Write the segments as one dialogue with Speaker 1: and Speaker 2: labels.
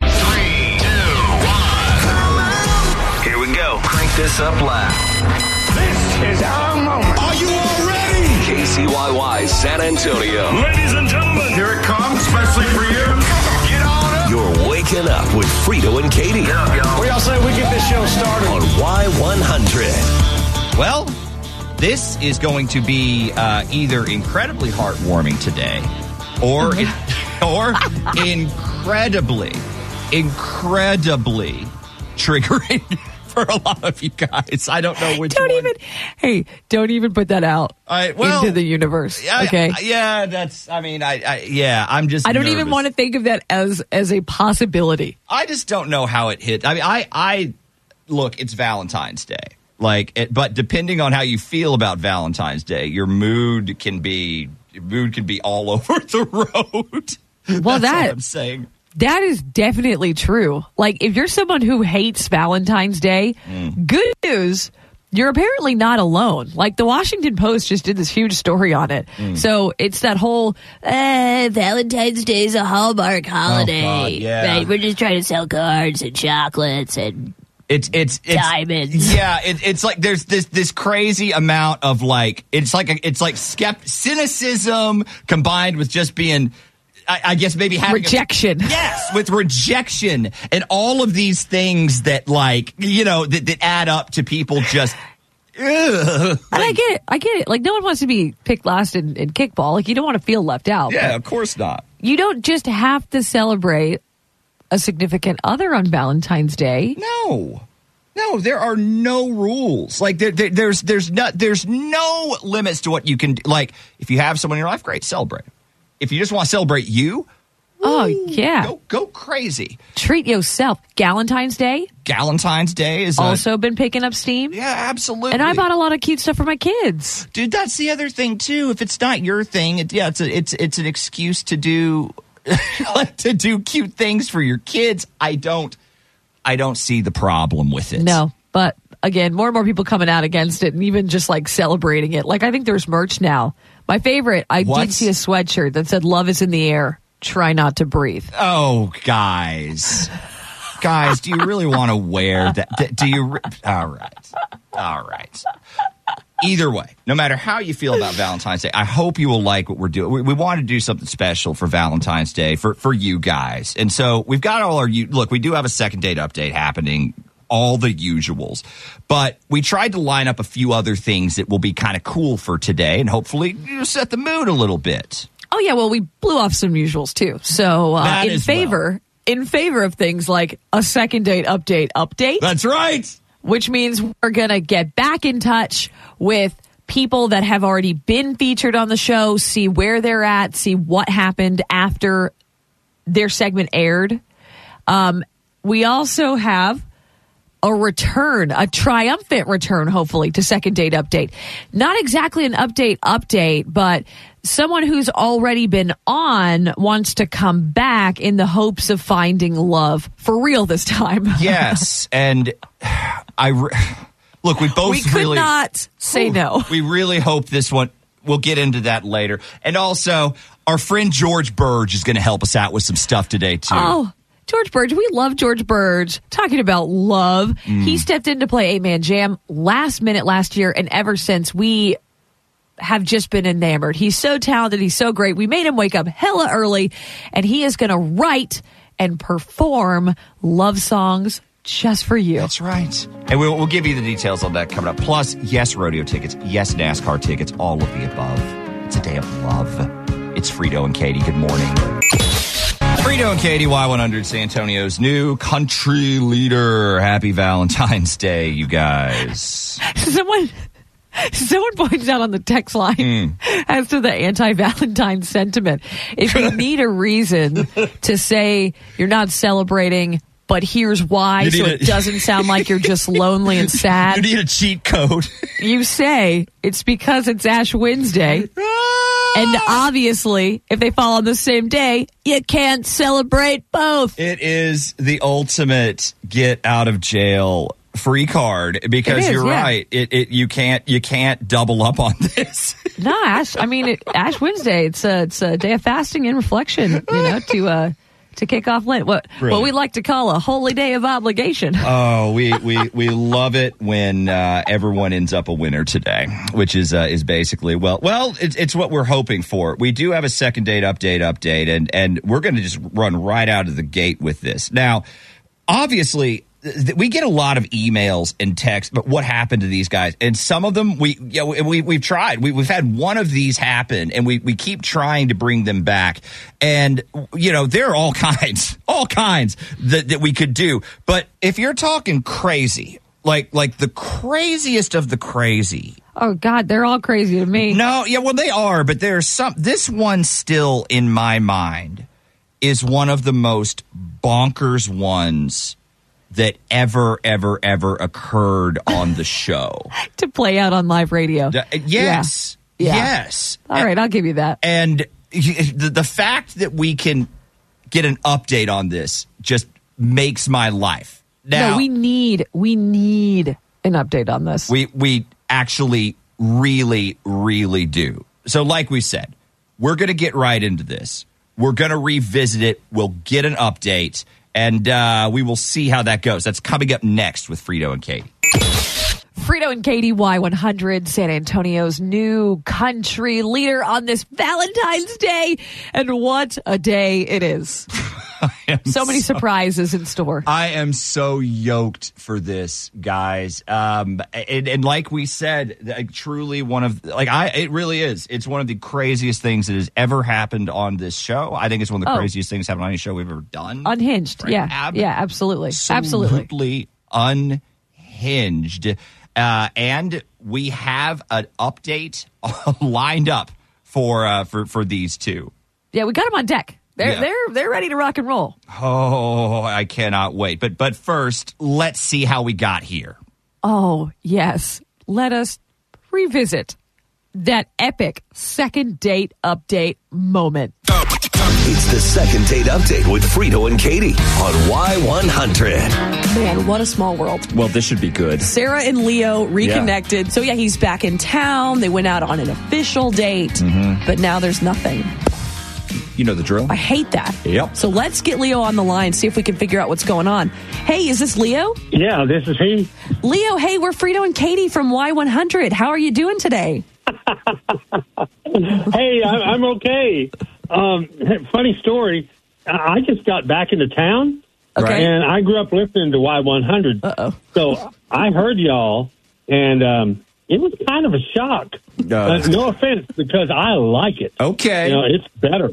Speaker 1: Three, two, one. Here we go. Crank this up loud.
Speaker 2: This is our moment. Are you all ready?
Speaker 1: KCYY San Antonio.
Speaker 2: Ladies and gentlemen, here it comes, especially for you. Get on up.
Speaker 1: You're waking up with Frito and Katie
Speaker 2: We all say we get this show started.
Speaker 1: on Y100.
Speaker 3: Well, this is going to be uh, either incredibly heartwarming today, or in, or
Speaker 4: Mm-hmm.
Speaker 3: incredibly, incredibly triggering for a lot of you guys. I don't know which.
Speaker 4: Don't
Speaker 3: one.
Speaker 4: even, hey, don't even put that out
Speaker 3: All right, well,
Speaker 4: into the universe.
Speaker 3: I-
Speaker 4: okay. I,
Speaker 3: yeah, that's. I mean, I. I yeah, I'm just.
Speaker 4: don't even want to think of that as as a possibility.
Speaker 3: I just don't know how it hit. I mean, I, I look, it's Valentine's Day. Like, it, but depending on how you feel about Valentine's Day, your mood can be your mood can be all over the road.
Speaker 4: Well,
Speaker 3: That's
Speaker 4: that-
Speaker 3: what I'm saying.
Speaker 4: That is definitely true. Like if you're someone who hates Valentine's Day,
Speaker 3: Mm.
Speaker 4: good news, you're apparently not alone. Like the Washington Post just did this huge story on it.
Speaker 3: Mm.
Speaker 4: So it's that whole eh, Valentine's Day is a Hallmark holiday.
Speaker 3: Oh, yeah.
Speaker 4: Right? We're just trying to sell cards and chocolates and
Speaker 3: It's it's it's
Speaker 4: Diamonds.
Speaker 3: Yeah, it, it's like there's this this crazy amount of like it's like a, it's like skept, cynicism combined with just being, I, I guess maybe having a-
Speaker 4: rejection.
Speaker 3: Yes, with rejection and all of these things that, like, you know, that, that add up to people just. Ugh.
Speaker 4: And I get it. I get it. Like no one wants to be picked last in, in kickball. Like you don't want to feel left out.
Speaker 3: Yeah, of course not.
Speaker 4: You don't just have to celebrate a significant other on Valentine's Day.
Speaker 3: No, no, there are no rules. Like there, there, there's there's no there's no limits to what you can do. Like if you have someone in your life, great, celebrate. If you just want to celebrate you,
Speaker 4: Oh yeah.
Speaker 3: go go crazy.
Speaker 4: Treat yourself. Galentine's Day
Speaker 3: Valentine's Day is a-
Speaker 4: also been picking up steam.
Speaker 3: yeah, absolutely.
Speaker 4: And I bought a lot of cute stuff for my kids.
Speaker 3: dude that's the other thing too if it's not your thing it, yeah it's a, it's it's an excuse to do like to do cute things for your kids i don't i don't see the problem with it
Speaker 4: No, but again, more and more people coming out against it and even just like celebrating it. Like I think there's merch now. My favorite, I
Speaker 3: What?
Speaker 4: did see a sweatshirt that said "Love is in the air. Try not to breathe."
Speaker 3: oh guys guys do you really want to wear that D- do you re- all right all right either way no matter how you feel about valentine's day i hope you will like what we're doing we, we want to do something special for valentine's day for, for you guys and so we've got all our you look we do have a second date update happening all the usuals but we tried to line up a few other things that will be kind of cool for today and hopefully you know, set the mood a little bit
Speaker 4: Oh yeah, well we blew off some usuals too. So uh,
Speaker 3: That
Speaker 4: in
Speaker 3: as well.
Speaker 4: favor, in favor of things like a second date update update,
Speaker 3: that's right
Speaker 4: which means we're gonna get back in touch with people that have already been featured on the show, see where they're at, see what happened after their segment aired. Um, we also have a return, a triumphant return, hopefully, to second date update. Not exactly an update update, but someone who's already been on wants to come back in the hopes of finding love for real this time.
Speaker 3: Yes, and I re- look. We both
Speaker 4: we could
Speaker 3: really
Speaker 4: not say no.
Speaker 3: We really hope this one. We'll get into that later, and also our friend George Burge is going to help us out with some stuff today too.
Speaker 4: Oh, George Burge. We love George Burge. Talking about love.
Speaker 3: Mm.
Speaker 4: He stepped in to play A Man Jam last minute last year, and ever since we have just been enamored. He's so talented. He's so great. We made him wake up hella early, and he is going to write and perform love songs just for you.
Speaker 3: That's right, and we'll, we'll give you the details on that coming up. Plus, yes, rodeo tickets, yes, NASCAR tickets, all of the above. It's a day of love. It's Frito and Katie. Good morning. Frito and Katie, Y100, San Antonio's new country leader. Happy Valentine's Day, you guys.
Speaker 4: Someone. Someone points out on the text line
Speaker 3: Hmm.
Speaker 4: as to the anti Valentine sentiment. If you need a reason to say you're not celebrating but here's why,
Speaker 3: You
Speaker 4: so
Speaker 3: need
Speaker 4: it
Speaker 3: a-
Speaker 4: doesn't sound like you're just lonely and
Speaker 3: You
Speaker 4: sad.
Speaker 3: need a cheat code.
Speaker 4: You say it's because it's Ash Wednesday.
Speaker 3: Ah!
Speaker 4: And obviously, if they fall on the same day, you can't celebrate both.
Speaker 3: It is the ultimate get out of jail free card because
Speaker 4: It is,
Speaker 3: you're
Speaker 4: yeah.
Speaker 3: right. It, it you can't you can't double up on this.
Speaker 4: No, Ash. I mean, it, Ash Wednesday. It's a it's a day of fasting and reflection. You know, to uh, to kick off Lent. What what
Speaker 3: Brilliant.
Speaker 4: we like to call a holy day of obligation.
Speaker 3: Oh, we, we, we love it when uh, everyone ends up a winner today, which is uh, is basically well well it's, it's what we're hoping for. We do have a second date update update, and and we're going to just run right out of the gate with this. Now, obviously. th- th- We get a lot of emails and texts, but what happened to these guys? And some of them we yeah, we, we we've tried. We, we've had one of these happen, and we we keep trying to bring them back. And you know there are all kinds, all kinds that that we could do. But if you're talking crazy, like like the craziest of the crazy,
Speaker 4: oh God, they're all crazy to me.
Speaker 3: no, yeah, well, they are, but there's some. This one still in my mind is one of the most bonkers ones that ever, ever, ever occurred on the show.
Speaker 4: To play out on live radio.
Speaker 3: Uh, yes,
Speaker 4: Yeah.
Speaker 3: yes.
Speaker 4: All right, I'll give you that.
Speaker 3: And the the fact that we can get an update on this just makes my life. Now
Speaker 4: no, we need we need an update on this.
Speaker 3: We we actually really really do. So like we said, we're going to get right into this. We're going to revisit it. We'll get an update and uh, we will see how that goes. That's coming up next with Frito and Katie.
Speaker 4: Frito and Katie Y100, San Antonio's new country leader on this Valentine's Day. And what a day it is. so many surprises in store.
Speaker 3: I am so yoked for this, guys. Um, and, and like we said, like, truly one of like I it really is. It's one of the craziest things that has ever happened on this show. I think it's one of the
Speaker 4: Oh.
Speaker 3: craziest things happened on any show we've ever done.
Speaker 4: Unhinged.
Speaker 3: Right.
Speaker 4: Yeah.
Speaker 3: Ab-
Speaker 4: yeah, absolutely. Absolutely.
Speaker 3: absolutely unhinged. Uh, and we have an update lined up for uh, for for these two.
Speaker 4: Yeah, we got them on deck. They're,
Speaker 3: Yeah.
Speaker 4: they're, they're ready to rock and roll.
Speaker 3: Oh, I cannot wait. But but first, let's see how we got here.
Speaker 4: Oh, yes. Let us revisit that epic second date update moment.
Speaker 1: It's the second date update with Frito and Katie on Y100.
Speaker 5: Man, what a small world.
Speaker 6: Well, this should be good.
Speaker 5: Sarah and Leo reconnected. So, yeah, he's back in town. They went out on an official date,
Speaker 3: Mm-hmm.
Speaker 5: but now there's nothing.
Speaker 6: Mm-hmm. You know the drill.
Speaker 5: I hate that.
Speaker 6: Yep.
Speaker 5: So, let's get Leo on the line, see if we can figure out what's going on. Hey, is this Leo?
Speaker 7: Yeah, this is he.
Speaker 5: Leo, hey, we're Frito and Katie from Y100. How are you doing today?
Speaker 7: Hey, I'm, I'm okay. Um, funny story. I I just got back into town,
Speaker 5: Okay.
Speaker 7: and I grew up listening to Y100. Uh-oh. So I heard y'all, and um, it was kind of a shock. Uh, no offense, because I like it.
Speaker 6: Okay.
Speaker 7: You know, it's better.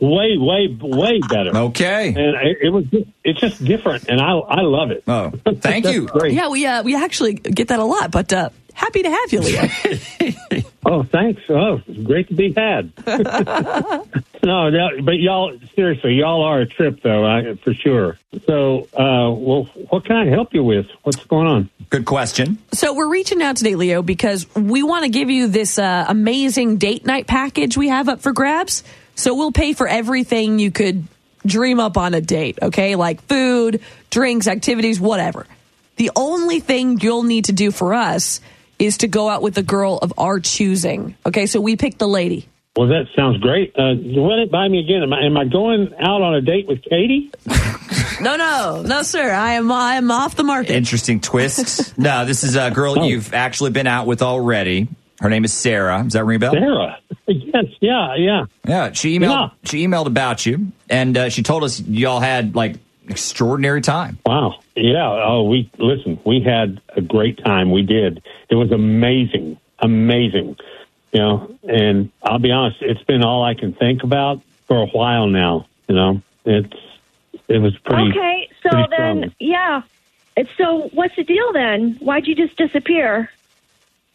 Speaker 7: Way, way, way better.
Speaker 6: Okay.
Speaker 7: And it, it was just, it's just different, and I I love it.
Speaker 6: Oh, thank you.
Speaker 7: Great.
Speaker 5: Yeah, we, uh, we actually get that a lot, but uh, happy to have you, Leo.
Speaker 7: Oh, thanks. Oh, it's great to be had. no, no, but y'all, seriously, y'all are a trip, though, I, for sure. So, uh, well, what can I help you with? What's going on?
Speaker 6: Good question.
Speaker 5: So we're reaching out today, Leo, because we want to give you this uh, amazing date night package we have up for grabs. So we'll pay for everything you could dream up on a date, okay? Like food, drinks, activities, whatever. The only thing you'll need to do for us is to go out with a girl of our choosing, okay? So we pick the lady.
Speaker 7: Well, that sounds great. Uh, run it by me again. Am I, am I going out on a date with Katie?
Speaker 5: No, no, no, sir. I am I am off the market.
Speaker 6: Interesting twist. no, this is a
Speaker 7: Oh.
Speaker 6: girl you've actually been out with already. Her name is Sarah. Does that ring a bell?
Speaker 7: Sarah. yes, yeah, yeah.
Speaker 6: Yeah. She emailed.
Speaker 7: Yeah.
Speaker 6: She emailed about you, and uh, she told us y'all had like extraordinary time.
Speaker 7: Wow. Yeah. Oh, we listen. We had a great time. We did. It was amazing, amazing. You know, and I'll be honest, it's been all I can think about for a while now. You know, it's it was pretty.
Speaker 8: Okay, so
Speaker 7: pretty
Speaker 8: then,
Speaker 7: strong.
Speaker 8: yeah. It's- So what's the deal then? Why'd you just disappear?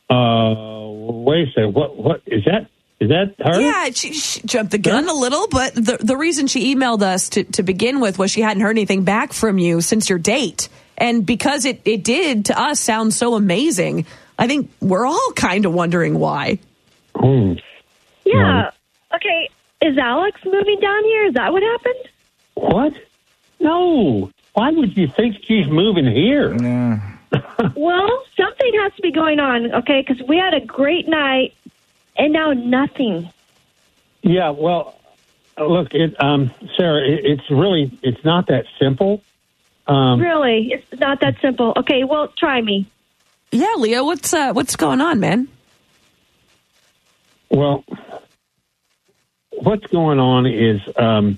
Speaker 7: Uh, wait a second. What? What is that? Is that her?
Speaker 4: Yeah, she, she jumped the gun a little, but the, the reason she emailed us to, to begin with was she hadn't heard anything back from you since your date. And because it, it did to us sound so amazing, I think we're all kind of wondering why.
Speaker 7: Hmm.
Speaker 8: Yeah. Okay. Is Alex moving down here? Is that what happened?
Speaker 7: What? No. Why would you think she's moving here?
Speaker 8: Well, something has to be going on, okay? Because we had a great night, and now nothing.
Speaker 7: Yeah, well, look, it, um, Sarah, it, it's really it's not that simple. Um.
Speaker 8: Really, it's not that simple. Okay, well, try me.
Speaker 4: Yeah, Leo, what's uh, what's going on, man?
Speaker 7: Well, what's going on is um,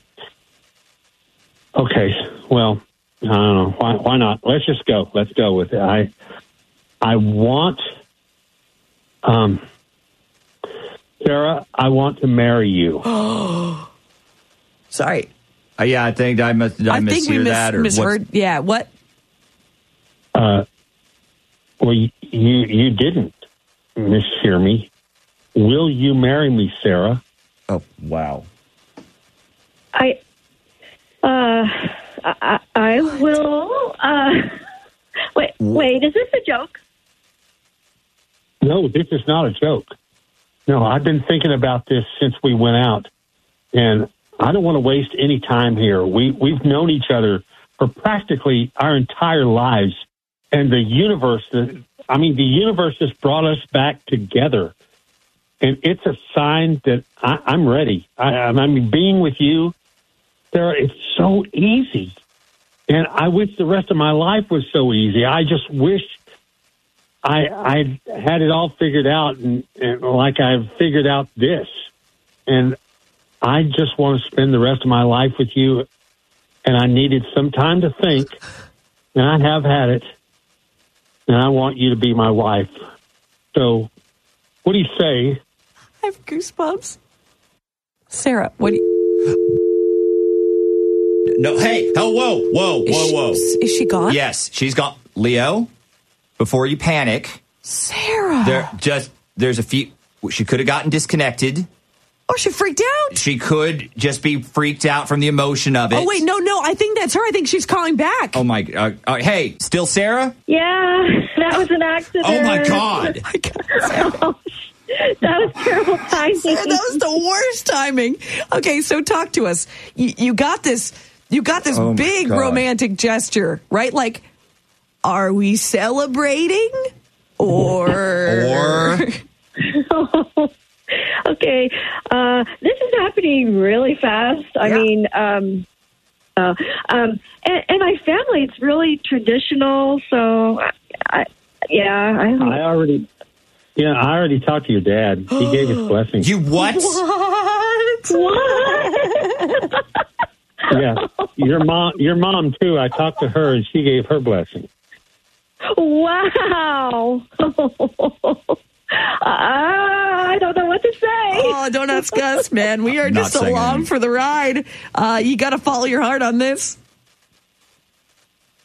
Speaker 7: okay. Well, I don't know why. Why not? Let's just go. Let's go with it. I I want um, Sarah. I want to marry you.
Speaker 3: Sorry. Uh, yeah, I think I must. Did I,
Speaker 4: I think we
Speaker 3: mishear
Speaker 4: mis-
Speaker 3: that or what's-
Speaker 4: misheard. Yeah, what?
Speaker 7: Uh, Well, you you, you didn't mishear me. Will you marry me, Sarah?
Speaker 3: Oh wow.
Speaker 8: I, uh, I, I- I will. Uh, wait, wait. Is this a joke?
Speaker 7: No, this is not a joke. No, I've been thinking about this since we went out, and I don't want to waste any time here. We we've known each other for practically our entire lives, and the universe. The, I mean, the universe has brought us back together, and it's a sign that I, I'm ready. I, I mean, being with you, Sarah, it's so easy, and I wish the rest of my life was so easy. I just wish I I had it all figured out, and, and like I've figured out this, and I just want to spend the rest of my life with you. And I needed some time to think, and I have had it, and I want you to be my wife. So, what do you say?
Speaker 4: I have goosebumps. Sarah, what? Do you,
Speaker 3: No. Hey. Oh. Whoa. Whoa.
Speaker 4: is
Speaker 3: Whoa.
Speaker 4: she-
Speaker 3: Whoa.
Speaker 4: Is she gone?
Speaker 3: Yes, she's gone. Leo, before you panic,
Speaker 4: Sarah.
Speaker 3: there just there's a few. She could have gotten disconnected.
Speaker 4: oh, she freaked out.
Speaker 3: She could just be freaked out from the emotion of it.
Speaker 4: Oh wait, no, no. I think that's her. I think she's calling back.
Speaker 3: Oh my. Uh, uh, hey, still Sarah?
Speaker 8: Yeah, that was an accident.
Speaker 3: Oh my God.
Speaker 4: my God, Sarah.
Speaker 8: Oh, That was terrible timing.
Speaker 4: that was the worst timing. Okay, so talk to us. You, you got this. You got this
Speaker 3: Oh my
Speaker 4: big
Speaker 3: God.
Speaker 4: romantic gesture, right? Like, are we celebrating or?
Speaker 3: Or
Speaker 8: okay, uh, this is happening really fast. I
Speaker 4: Yeah.
Speaker 8: mean, um, uh, um, and, and my family, it's really traditional. So, I, I, yeah, I,
Speaker 7: I already, yeah, I already talked to your dad. He gave his blessing.
Speaker 3: you what?
Speaker 7: yeah, your mom, your mom too. I talked to her, and she gave her blessing.
Speaker 8: wow. Uh, I don't know what to say.
Speaker 4: Oh, don't ask us, man. We are
Speaker 3: Not
Speaker 4: just
Speaker 3: saying
Speaker 4: along
Speaker 3: anything.
Speaker 4: for the ride. Uh, you got to follow your heart on this.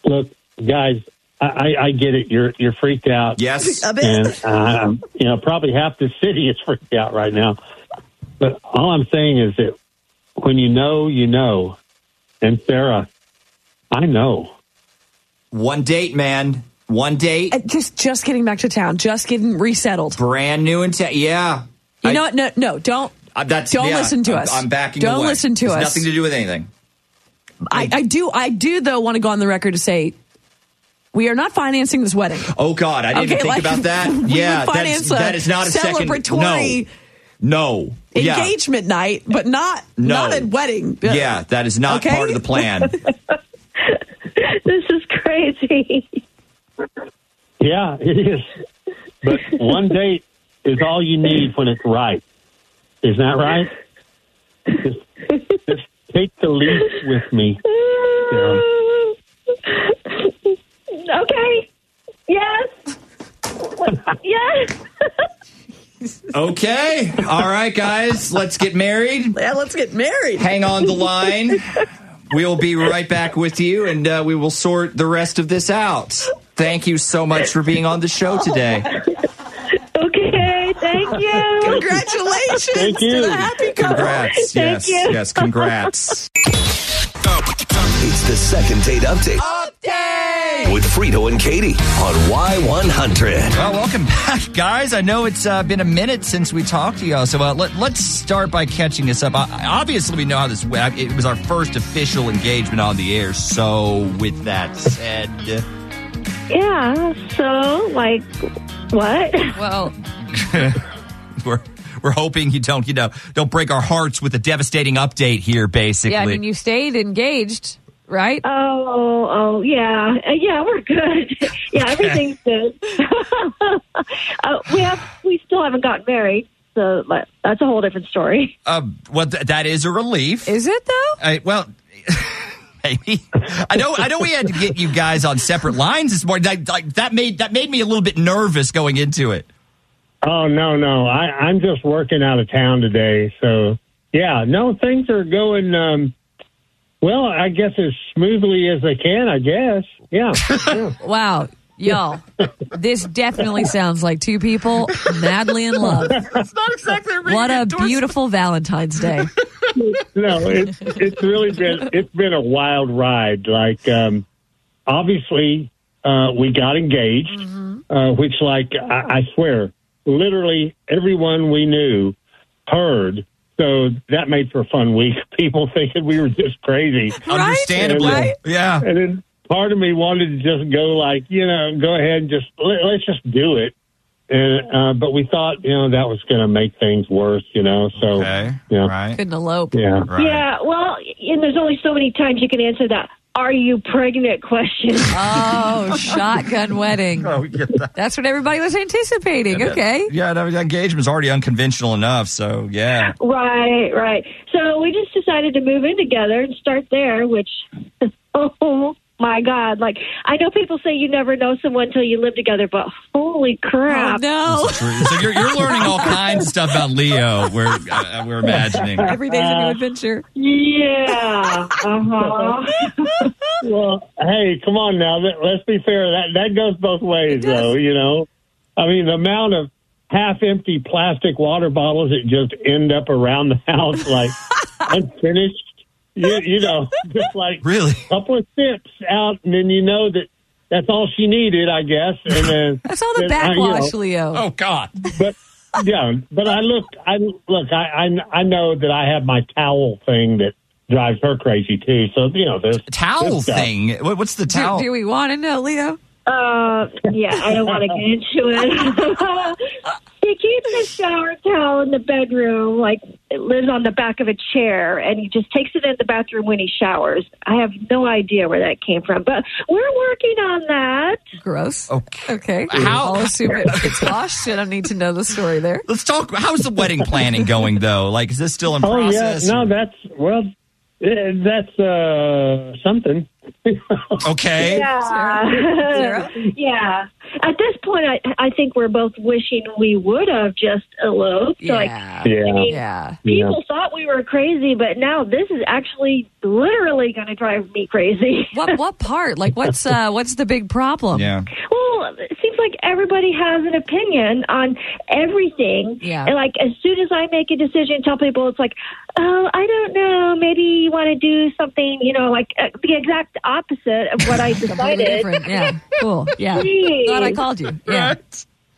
Speaker 7: Look, guys, I, I, I get it. You're you're freaked out.
Speaker 3: Yes.
Speaker 4: A bit.
Speaker 7: and um, you know probably half the city is freaked out right now. But all I'm saying is that when you know, you know. And Sarah, I know.
Speaker 3: One date, man. One date.
Speaker 4: Uh, just just getting back to town, just getting resettled.
Speaker 3: Brand new and yeah.
Speaker 4: You
Speaker 3: I-
Speaker 4: know what? No, no, don't.
Speaker 3: I- that's,
Speaker 4: don't
Speaker 3: yeah,
Speaker 4: listen to
Speaker 3: I'm-
Speaker 4: us.
Speaker 3: I'm backing
Speaker 4: Don't
Speaker 3: away.
Speaker 4: listen to
Speaker 3: It's
Speaker 4: us.
Speaker 3: Nothing to do with anything.
Speaker 4: I, I do. I do though want to go on the record to say we are not financing this wedding.
Speaker 3: Oh God, I didn't
Speaker 4: Okay,
Speaker 3: think
Speaker 4: like,
Speaker 3: about that.
Speaker 4: we would
Speaker 3: yeah, that
Speaker 4: finance
Speaker 3: is,
Speaker 4: a
Speaker 3: that is not a second.
Speaker 4: celebratory
Speaker 3: No, no, yeah.
Speaker 4: Engagement night, but not
Speaker 3: No.
Speaker 4: not a wedding.
Speaker 3: Yeah, that is not
Speaker 4: Okay?
Speaker 3: part of the plan.
Speaker 8: This is crazy.
Speaker 7: Yeah, it is. But one date is all you need when it's right. Isn't that right? Just, just take the leap with me. Sarah.
Speaker 8: okay. Yes. yes.
Speaker 3: okay, all right, guys, let's get married.
Speaker 4: Yeah, let's get married.
Speaker 3: Hang on the line. We'll be right back with you, and uh, we will sort the rest of this out. Thank you so much for being on the show today.
Speaker 8: Okay. Thank Thank you.
Speaker 5: Congratulations
Speaker 7: Thank you.
Speaker 5: to the happy couple.
Speaker 6: Congrats. yes.
Speaker 8: you.
Speaker 6: Yes. Congrats.
Speaker 1: It's the second date update. With Frito and Katie on Y100.
Speaker 3: Well, welcome back, guys. I know it's uh, been a minute since we talked to y'all, so uh, let, let's start by catching us up. I, I- obviously, we know how this went. It was our first official engagement on the air. So, with that said,
Speaker 8: Yeah. So, like, what?
Speaker 4: Well,
Speaker 3: we're we're hoping you don't you know don't break our hearts with a devastating update here. Basically,
Speaker 4: yeah, I mean, you stayed engaged, right?
Speaker 8: Oh, oh, yeah, Uh, yeah, we're good. yeah, everything's good. uh, we have, we still haven't gotten married, so but that's a whole different story.
Speaker 3: uh, well, th- that is a relief.
Speaker 4: Is it though?
Speaker 3: I, well, maybe. I know. I know. We had to get you guys on separate lines this morning. That, like, that made that made me a little bit nervous going into it.
Speaker 7: Oh no, no, I, I'm just working out of town today, so yeah, no, things are going. Um, well, I guess as smoothly as they can. I guess, yeah. yeah.
Speaker 4: Wow. Y'all, this definitely sounds like two people madly in love.
Speaker 3: It's not exactly
Speaker 4: What a beautiful Valentine's Day.
Speaker 7: no, it's it's really been it's been a wild ride. Like, um, obviously, uh, we got engaged, uh, which, like, I, I swear, literally everyone we knew heard. So that made for a fun week. People thinking we were just crazy.
Speaker 3: Understandably,
Speaker 7: Right?
Speaker 3: yeah.
Speaker 7: and then part of me wanted to just go like you know go ahead and just let, let's just do it and uh but we thought you know that was going to make things worse you know so
Speaker 3: Okay.
Speaker 7: yeah
Speaker 3: Right.
Speaker 4: Couldn't elope.
Speaker 7: yeah
Speaker 3: Right.
Speaker 8: Yeah, well, and there's only so many times you can answer that "Are you pregnant?" question.
Speaker 4: Oh, shotgun wedding.
Speaker 3: Oh, we get that.
Speaker 4: That's what everybody was anticipating. Okay.
Speaker 3: Yeah, no, the engagement's already unconventional enough, so yeah.
Speaker 8: right, right. So we just decided to move in together and start there. Which, oh my God! Like, I know people say you never know someone until you live together, but holy
Speaker 4: Oh,
Speaker 8: crap!
Speaker 4: no.
Speaker 3: So you're, you're learning all kinds of stuff about Leo. We're uh, we're imagining.
Speaker 4: Every day's a new adventure.
Speaker 8: Yeah. Uh huh.
Speaker 7: well hey come on now Let- let's be fair that that goes both ways
Speaker 4: does.
Speaker 7: though you know i mean the amount of half empty plastic water bottles that just end up around the house like unfinished you, you know just like
Speaker 3: Really?
Speaker 7: couple of sips out, and then you know that that's all she needed, I guess. And then
Speaker 4: That's all the
Speaker 7: then I- you know,
Speaker 4: backwash, Leo.
Speaker 3: Oh God.
Speaker 7: but yeah, but I look, I look, I, I I know that I have my towel thing that drives her crazy too. So you know, there's
Speaker 3: Towel
Speaker 7: This guy.
Speaker 3: thing. What, what's the
Speaker 4: do,
Speaker 3: towel?
Speaker 4: do we want to know, Leo?
Speaker 8: Uh, yeah, I don't want to get into it. he keeps his shower towel in the bedroom, like it lives on the back of a chair, and he just takes it in the bathroom when he showers. I have no idea where that came from, but we're working on that.
Speaker 4: Gross.
Speaker 3: Okay.
Speaker 4: Okay.
Speaker 3: How-
Speaker 4: I'll assume it, it's washed. I don't need to know the story there.
Speaker 3: Let's talk. How's the wedding planning going though? Like, is this still in
Speaker 7: oh yeah,
Speaker 3: process?
Speaker 7: no, that's well, eh, that's uh something.
Speaker 3: Okay.
Speaker 8: Yeah.
Speaker 4: Sarah?
Speaker 8: yeah. At this point, I, I think we're both wishing we would have just eloped. Like,
Speaker 4: Yeah.
Speaker 7: yeah.
Speaker 4: Yeah.
Speaker 8: people thought we were crazy, but now this is actually literally going to drive me crazy.
Speaker 4: What what part? Like what's uh what's the big problem?
Speaker 3: Yeah.
Speaker 8: Well, it seems like everybody has an opinion on everything.
Speaker 4: Yeah.
Speaker 8: And like as soon as I make a decision, tell people it's like, oh, I don't know. Maybe you want to do something, you know, like uh, the exact opposite of what I
Speaker 4: Totally
Speaker 8: decided.
Speaker 4: different. Yeah. Cool. Yeah.
Speaker 8: Jeez.
Speaker 4: Glad I called you. Yeah.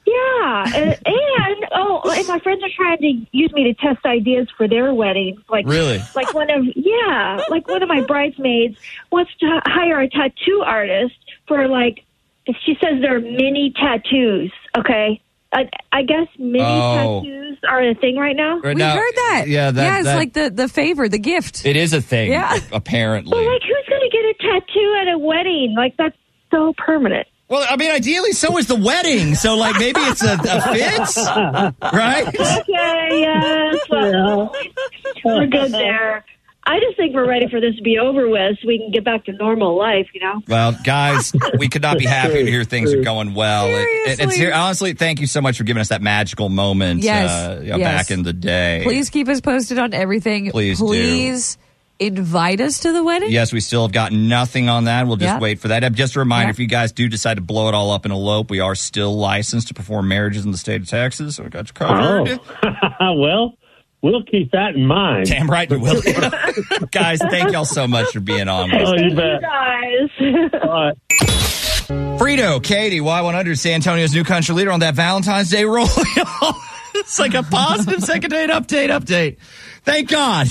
Speaker 8: Yeah, and, and oh, and my friends are trying to use me to test ideas for their weddings. Like
Speaker 3: Really?
Speaker 8: like one of yeah, like one of my bridesmaids wants to hire a tattoo artist for like she says they're mini tattoos. Okay, I, I guess mini
Speaker 3: Oh.
Speaker 8: tattoos are a thing right now.
Speaker 3: Right
Speaker 4: We
Speaker 3: now-
Speaker 4: heard that.
Speaker 3: Yeah. That,
Speaker 4: yeah, it's
Speaker 3: that-
Speaker 4: like the the favor, the gift.
Speaker 3: it is a thing.
Speaker 4: Yeah.
Speaker 3: Apparently.
Speaker 8: Like who's gonna get a tattoo at a wedding? Like that's so permanent.
Speaker 3: Well, I mean, ideally, so is the wedding. So, like, maybe it's a, a fit, right?
Speaker 8: Yeah, yes. Well, We're good there. I just think we're ready for this to be over with so we can get back to normal life, you know?
Speaker 3: Well, guys, we could not be happier to hear things are going well. It- it- it's-
Speaker 4: Seriously.
Speaker 3: honestly, thank you so much for giving us that magical moment
Speaker 4: Yes,
Speaker 3: uh, you know,
Speaker 4: yes.
Speaker 3: back in the day.
Speaker 4: Please keep us posted on everything.
Speaker 3: Please do.
Speaker 4: Please invite us to the wedding?
Speaker 3: Yes, we still have gotten nothing on that. We'll just
Speaker 4: Yeah.
Speaker 3: wait for that. Uh, Just a reminder,
Speaker 4: Yeah.
Speaker 3: if you guys do decide to blow it all up and elope, we are still licensed to perform marriages in the state of Texas. So we got you covered.
Speaker 7: Oh, well, we'll keep that in mind.
Speaker 3: Damn right we will. guys, thank y'all so much for being on with us.
Speaker 7: Oh, you bet.
Speaker 8: guys.
Speaker 7: All right.
Speaker 3: Frito, Katie, Y100, San Antonio's new country leader on that Valentine's Day roll. y'all. it's like a positive second date update update. Thank God.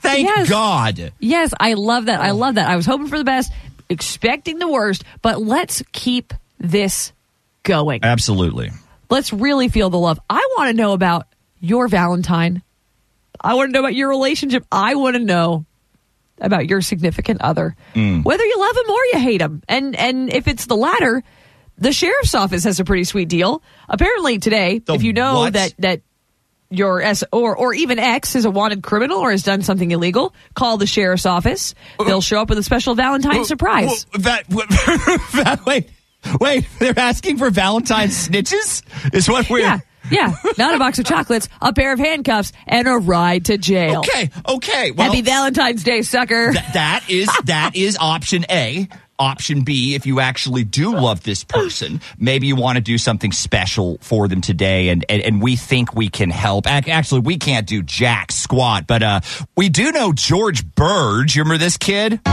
Speaker 3: Thank
Speaker 4: Yes.
Speaker 3: God.
Speaker 4: Yes, I love that. I love that. I was hoping for the best, expecting the worst, but let's keep this going.
Speaker 3: Absolutely.
Speaker 4: Let's really feel the love. I want to know about your Valentine. I want to know about your relationship. I want to know about your significant other.
Speaker 3: Mm. Mm-hmm.
Speaker 4: Whether you love him or you hate him. And and if it's the latter, the sheriff's office has a pretty sweet deal. Apparently today,
Speaker 3: The
Speaker 4: if you know
Speaker 3: what?
Speaker 4: that that your S or or even X is a wanted criminal or has done something illegal, call the sheriff's office. They'll show up with a special Valentine surprise.
Speaker 3: Well, that, that- wait, wait, they're asking for Valentine snitches? Is what we're.
Speaker 4: Yeah. Yeah. Not a box of chocolates, a pair of handcuffs, and a ride to jail.
Speaker 3: Okay, okay. Well,
Speaker 4: Happy Valentine's Day, sucker.
Speaker 3: th- that is that is option A. Option B, if you actually do love this person, maybe you want to do something special for them today, and, and, and we think we can help. Ac- Actually, we can't do jack squat, but uh, we do know George Burge. You remember this kid? What?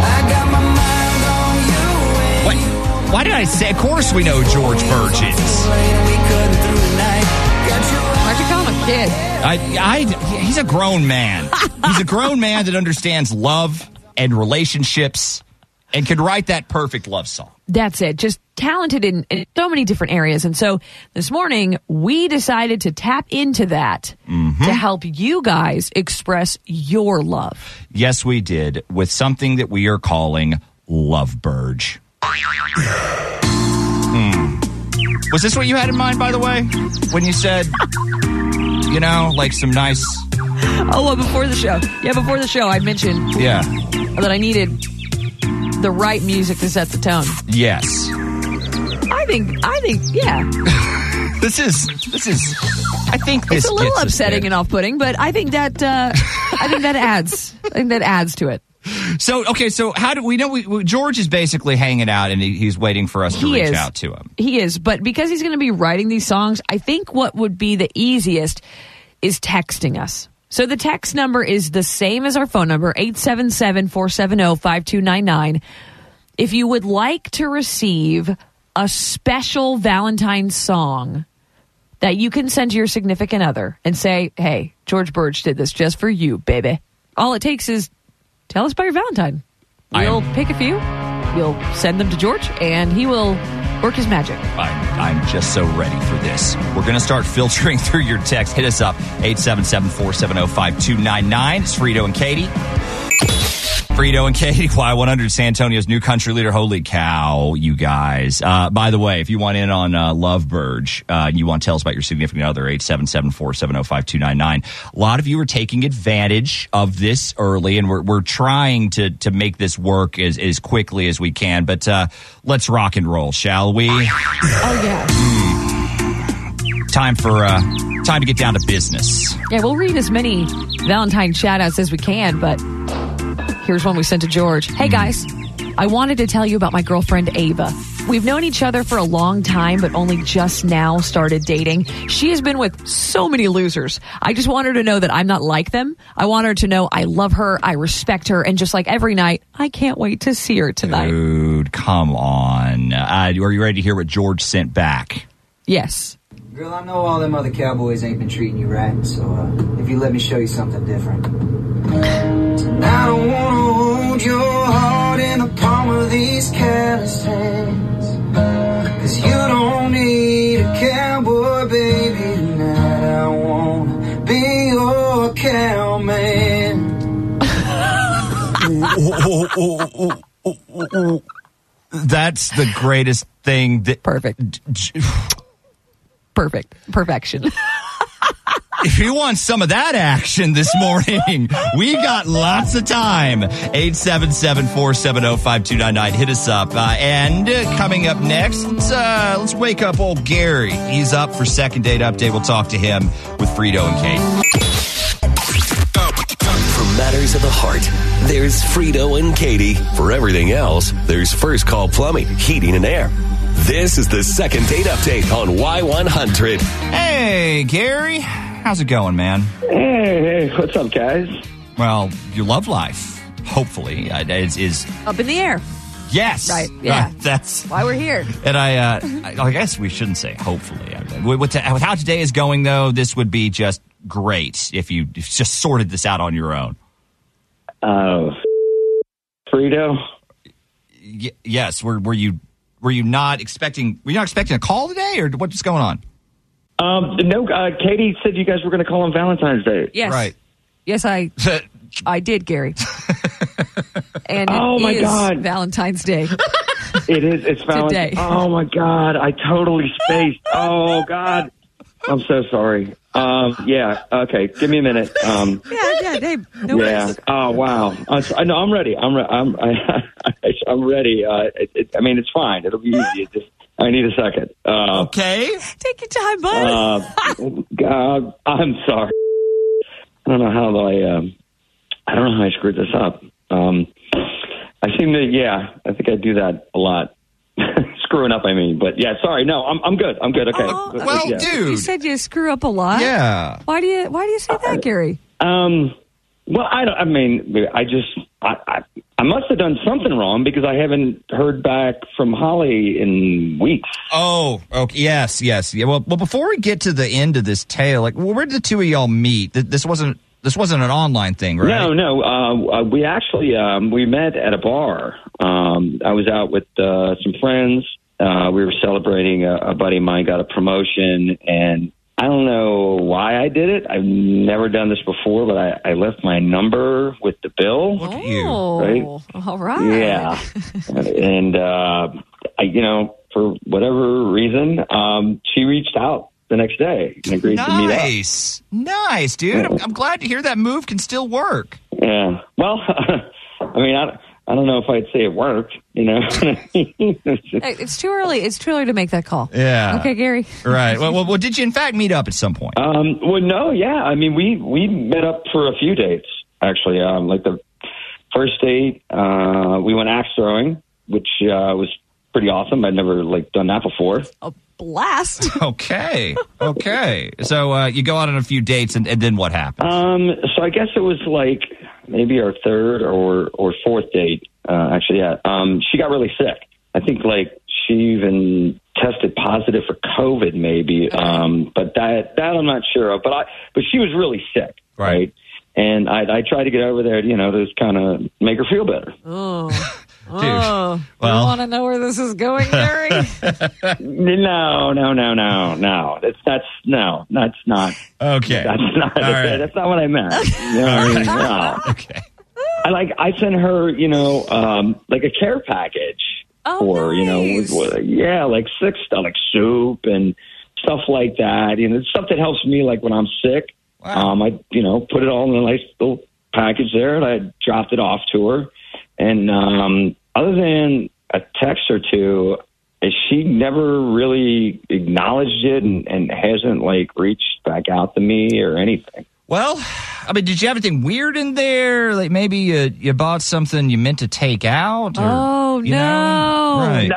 Speaker 3: Why did I say? Of course, we know George Burge is.
Speaker 4: Aren't you calling him a kid?
Speaker 3: I, I, he's a grown man. He's a grown man that understands love and relationships and can write that perfect love song.
Speaker 4: That's it. Just talented in, in so many different areas. And so this morning, we decided to tap into that to help you guys express your love.
Speaker 3: Yes, we did with something that we are calling Love Burge. Hmm. Was this what you had in mind, by the way, when you said, you know, like some nice,
Speaker 4: Oh, well, before the show. Yeah, before the show, I mentioned
Speaker 3: yeah,
Speaker 4: that I needed the right music to set the tone.
Speaker 3: yes.
Speaker 4: I think, I think, yeah.
Speaker 3: This is, this is, I think this
Speaker 4: It's a little
Speaker 3: gets us
Speaker 4: upsetting
Speaker 3: there.
Speaker 4: and off putting, but I think that, uh, I think that adds, I think that adds to it.
Speaker 3: So okay, so how do we know? We, we- George is basically hanging out, and he, he's waiting for us to
Speaker 4: He
Speaker 3: reach
Speaker 4: is.
Speaker 3: out to him.
Speaker 4: He is, but because he's going to be writing these songs, I think what would be the easiest is texting us. So the text number is the same as our phone number oh, 877-470-5299. If you would like to receive a special Valentine's song that you can send to your significant other and say, "Hey, George Burge did this just for you, baby." All it takes is tell us about your Valentine.
Speaker 3: I
Speaker 4: We'll
Speaker 3: am-
Speaker 4: pick a few. We'll send them to George, and he will work his magic.
Speaker 3: I'm, I'm just so ready for this. We're going to start filtering through your text. Hit us up oh, 877-470-5299. It's Frito and Katie. Frito and Katie, Y100 San Antonio's new country leader. Holy cow, you guys. Uh, by the way, if you want in on uh, Love Burge, uh, you want to tell us about your significant other, 877 470 5299. A lot of you are taking advantage of this early, and we're, we're trying to, to make this work as, as quickly as we can. But uh, let's rock and roll, shall we?
Speaker 4: Oh yeah,
Speaker 3: time for uh time to get down to business
Speaker 4: yeah. We'll read as many Valentine shout outs as we can, but here's one we sent to George. Hey guys, I wanted to tell you about my girlfriend Ava. We've known each other for a long time, but only just now started dating. She has been with so many losers. I just want her to know that I'm not like them. I want her to know I love her, I respect her, and just like every night, I can't wait to see her tonight.
Speaker 3: dude come on uh, are you ready to hear what george sent back
Speaker 4: Yes.
Speaker 9: Girl, I know all them other cowboys ain't been treating you right, so uh, if you let me show you something different. I don't wanna hold your heart in the palm of these careless hands. Cause you don't need a cowboy, baby, tonight. I wanna be your cowman.
Speaker 3: that's the greatest thing that
Speaker 4: Perfect. Perfect. Perfection.
Speaker 3: if you want some of that action this morning we got lots of time oh, 877-470-5299 hit us up uh, and uh, coming up next let's, uh, let's wake up old gary he's up for second date update we'll talk to him with frito and kate
Speaker 1: For matters of the heart, There's Frito and Katie. For everything else, there's First Call Plumbing, Heating, and Air. This is the second date update on Y100.
Speaker 3: Hey, Gary. How's it going, man?
Speaker 10: Hey, hey, what's up, guys?
Speaker 3: Well, your love life, hopefully, uh, is, is
Speaker 4: Up in the air.
Speaker 3: yes.
Speaker 4: Right, yeah.
Speaker 3: Right, that's
Speaker 4: Why we're here.
Speaker 3: and I, uh, I, I guess we shouldn't say hopefully. I mean, With, with, with how today is going, though, this would be just great if you just sorted this out on your own.
Speaker 10: Oh, Frito.
Speaker 3: Y- yes, were were you were you not expecting? Were you not expecting a call today, or what's going on?
Speaker 10: Um, no, uh, Katie said you guys were going to call on Valentine's Day.
Speaker 4: Yes. Right. Yes, I I did, Gary. and it
Speaker 10: Oh, my
Speaker 4: is
Speaker 10: God.
Speaker 4: Valentine's Day.
Speaker 10: It is. It's
Speaker 4: Today.
Speaker 10: Valentine's. Oh my God! I totally spaced. oh God! I'm so sorry. Um, yeah. Okay. Give me a minute. Um,
Speaker 4: yeah, yeah, they,
Speaker 10: yeah. Oh wow. I'm, so- no, I'm ready. I'm. Re- I'm. I, I'm ready. Uh, it, it, I mean, it's fine. It'll be easy. It just. I need a second. Uh,
Speaker 3: okay.
Speaker 4: Take your time, bud.
Speaker 10: Uh, God, I'm sorry. I don't know how I. Um, I don't know how I screwed this up. Um, I seem to. Yeah, I think I do that a lot. Screwing up, I mean. But yeah, sorry. No, I'm. I'm good. I'm good. Okay.
Speaker 4: Oh, well,
Speaker 10: yeah.
Speaker 4: You said you screw up a lot.
Speaker 10: Yeah.
Speaker 4: Why do you Why do you say
Speaker 10: Uh,
Speaker 4: that, Gary?
Speaker 10: Um, well, I don't. I mean, I just. I, I. I must have done something wrong because I haven't heard back from Holly in weeks.
Speaker 3: Oh, okay. Yes, yes. Yeah. Well, well. Before we get to the end of this tale, like, well, where did the two of y'all meet? Th- This wasn't this wasn't an online thing, right?
Speaker 10: No, no. Uh, uh, we actually um, we met at a bar. Um, I was out with uh, some friends. Uh, we were celebrating. uh, A, a buddy of mine got a promotion, and I don't know why I did it. I've never done this before, but I, I left my number with the bill. Look at you, right?
Speaker 4: Oh, All right.
Speaker 10: Yeah, and uh, I, you know, for whatever reason, um, she reached out the next day and agreed to meet up.
Speaker 3: Nice, nice, dude. I'm, I'm glad to hear that move can still work.
Speaker 10: Yeah. Well, I mean, I, I don't know if I'd say it worked, you know.
Speaker 4: Hey, It's too early. It's too early to make that call.
Speaker 10: Yeah.
Speaker 4: Okay, Gary.
Speaker 3: Right. Well, well, well, did you in fact meet up at some point?
Speaker 10: um, well, no, yeah. I mean, we, we met up for a few dates, actually. Um, like the first date, uh, we went axe throwing, which uh, was pretty awesome. I'd never, like, done that before.
Speaker 4: Blast.
Speaker 3: Okay. Okay. so uh, you go out on a few dates, and, and then what happened?
Speaker 10: Um, so I guess it was like maybe our third or or fourth date. Uh, actually, yeah. Um, she got really sick. I think like she even tested positive for COVID, maybe. Um, but that that I'm not sure of. But I but she was really sick, right? And I I tried to get over there, you know, to kind of make her feel better.
Speaker 4: Oh.
Speaker 10: well-
Speaker 4: Oh, I want to know where this is going, Gary.
Speaker 10: no, no, no, no, no. That's that's no, that's not.
Speaker 3: Okay,
Speaker 10: that's not.
Speaker 3: All right.
Speaker 10: That's not what I meant. You know what I mean? No. Okay. I like. I sent her, you know, um, like a care package, or you know, with, with- yeah, like sick stuff, like soup and stuff like that. You know, stuff that helps me, like when I'm sick. Um, I, you know, put it all in a nice little package there, and I dropped it off to her. And um, other than a text or two, and she never really acknowledged it and, and hasn't like reached back out to me or anything.
Speaker 3: Well, I mean, did you have anything weird in there? Like maybe you, you bought something you meant to take out? Or,
Speaker 4: Oh,
Speaker 3: you know?
Speaker 4: no.
Speaker 3: Right.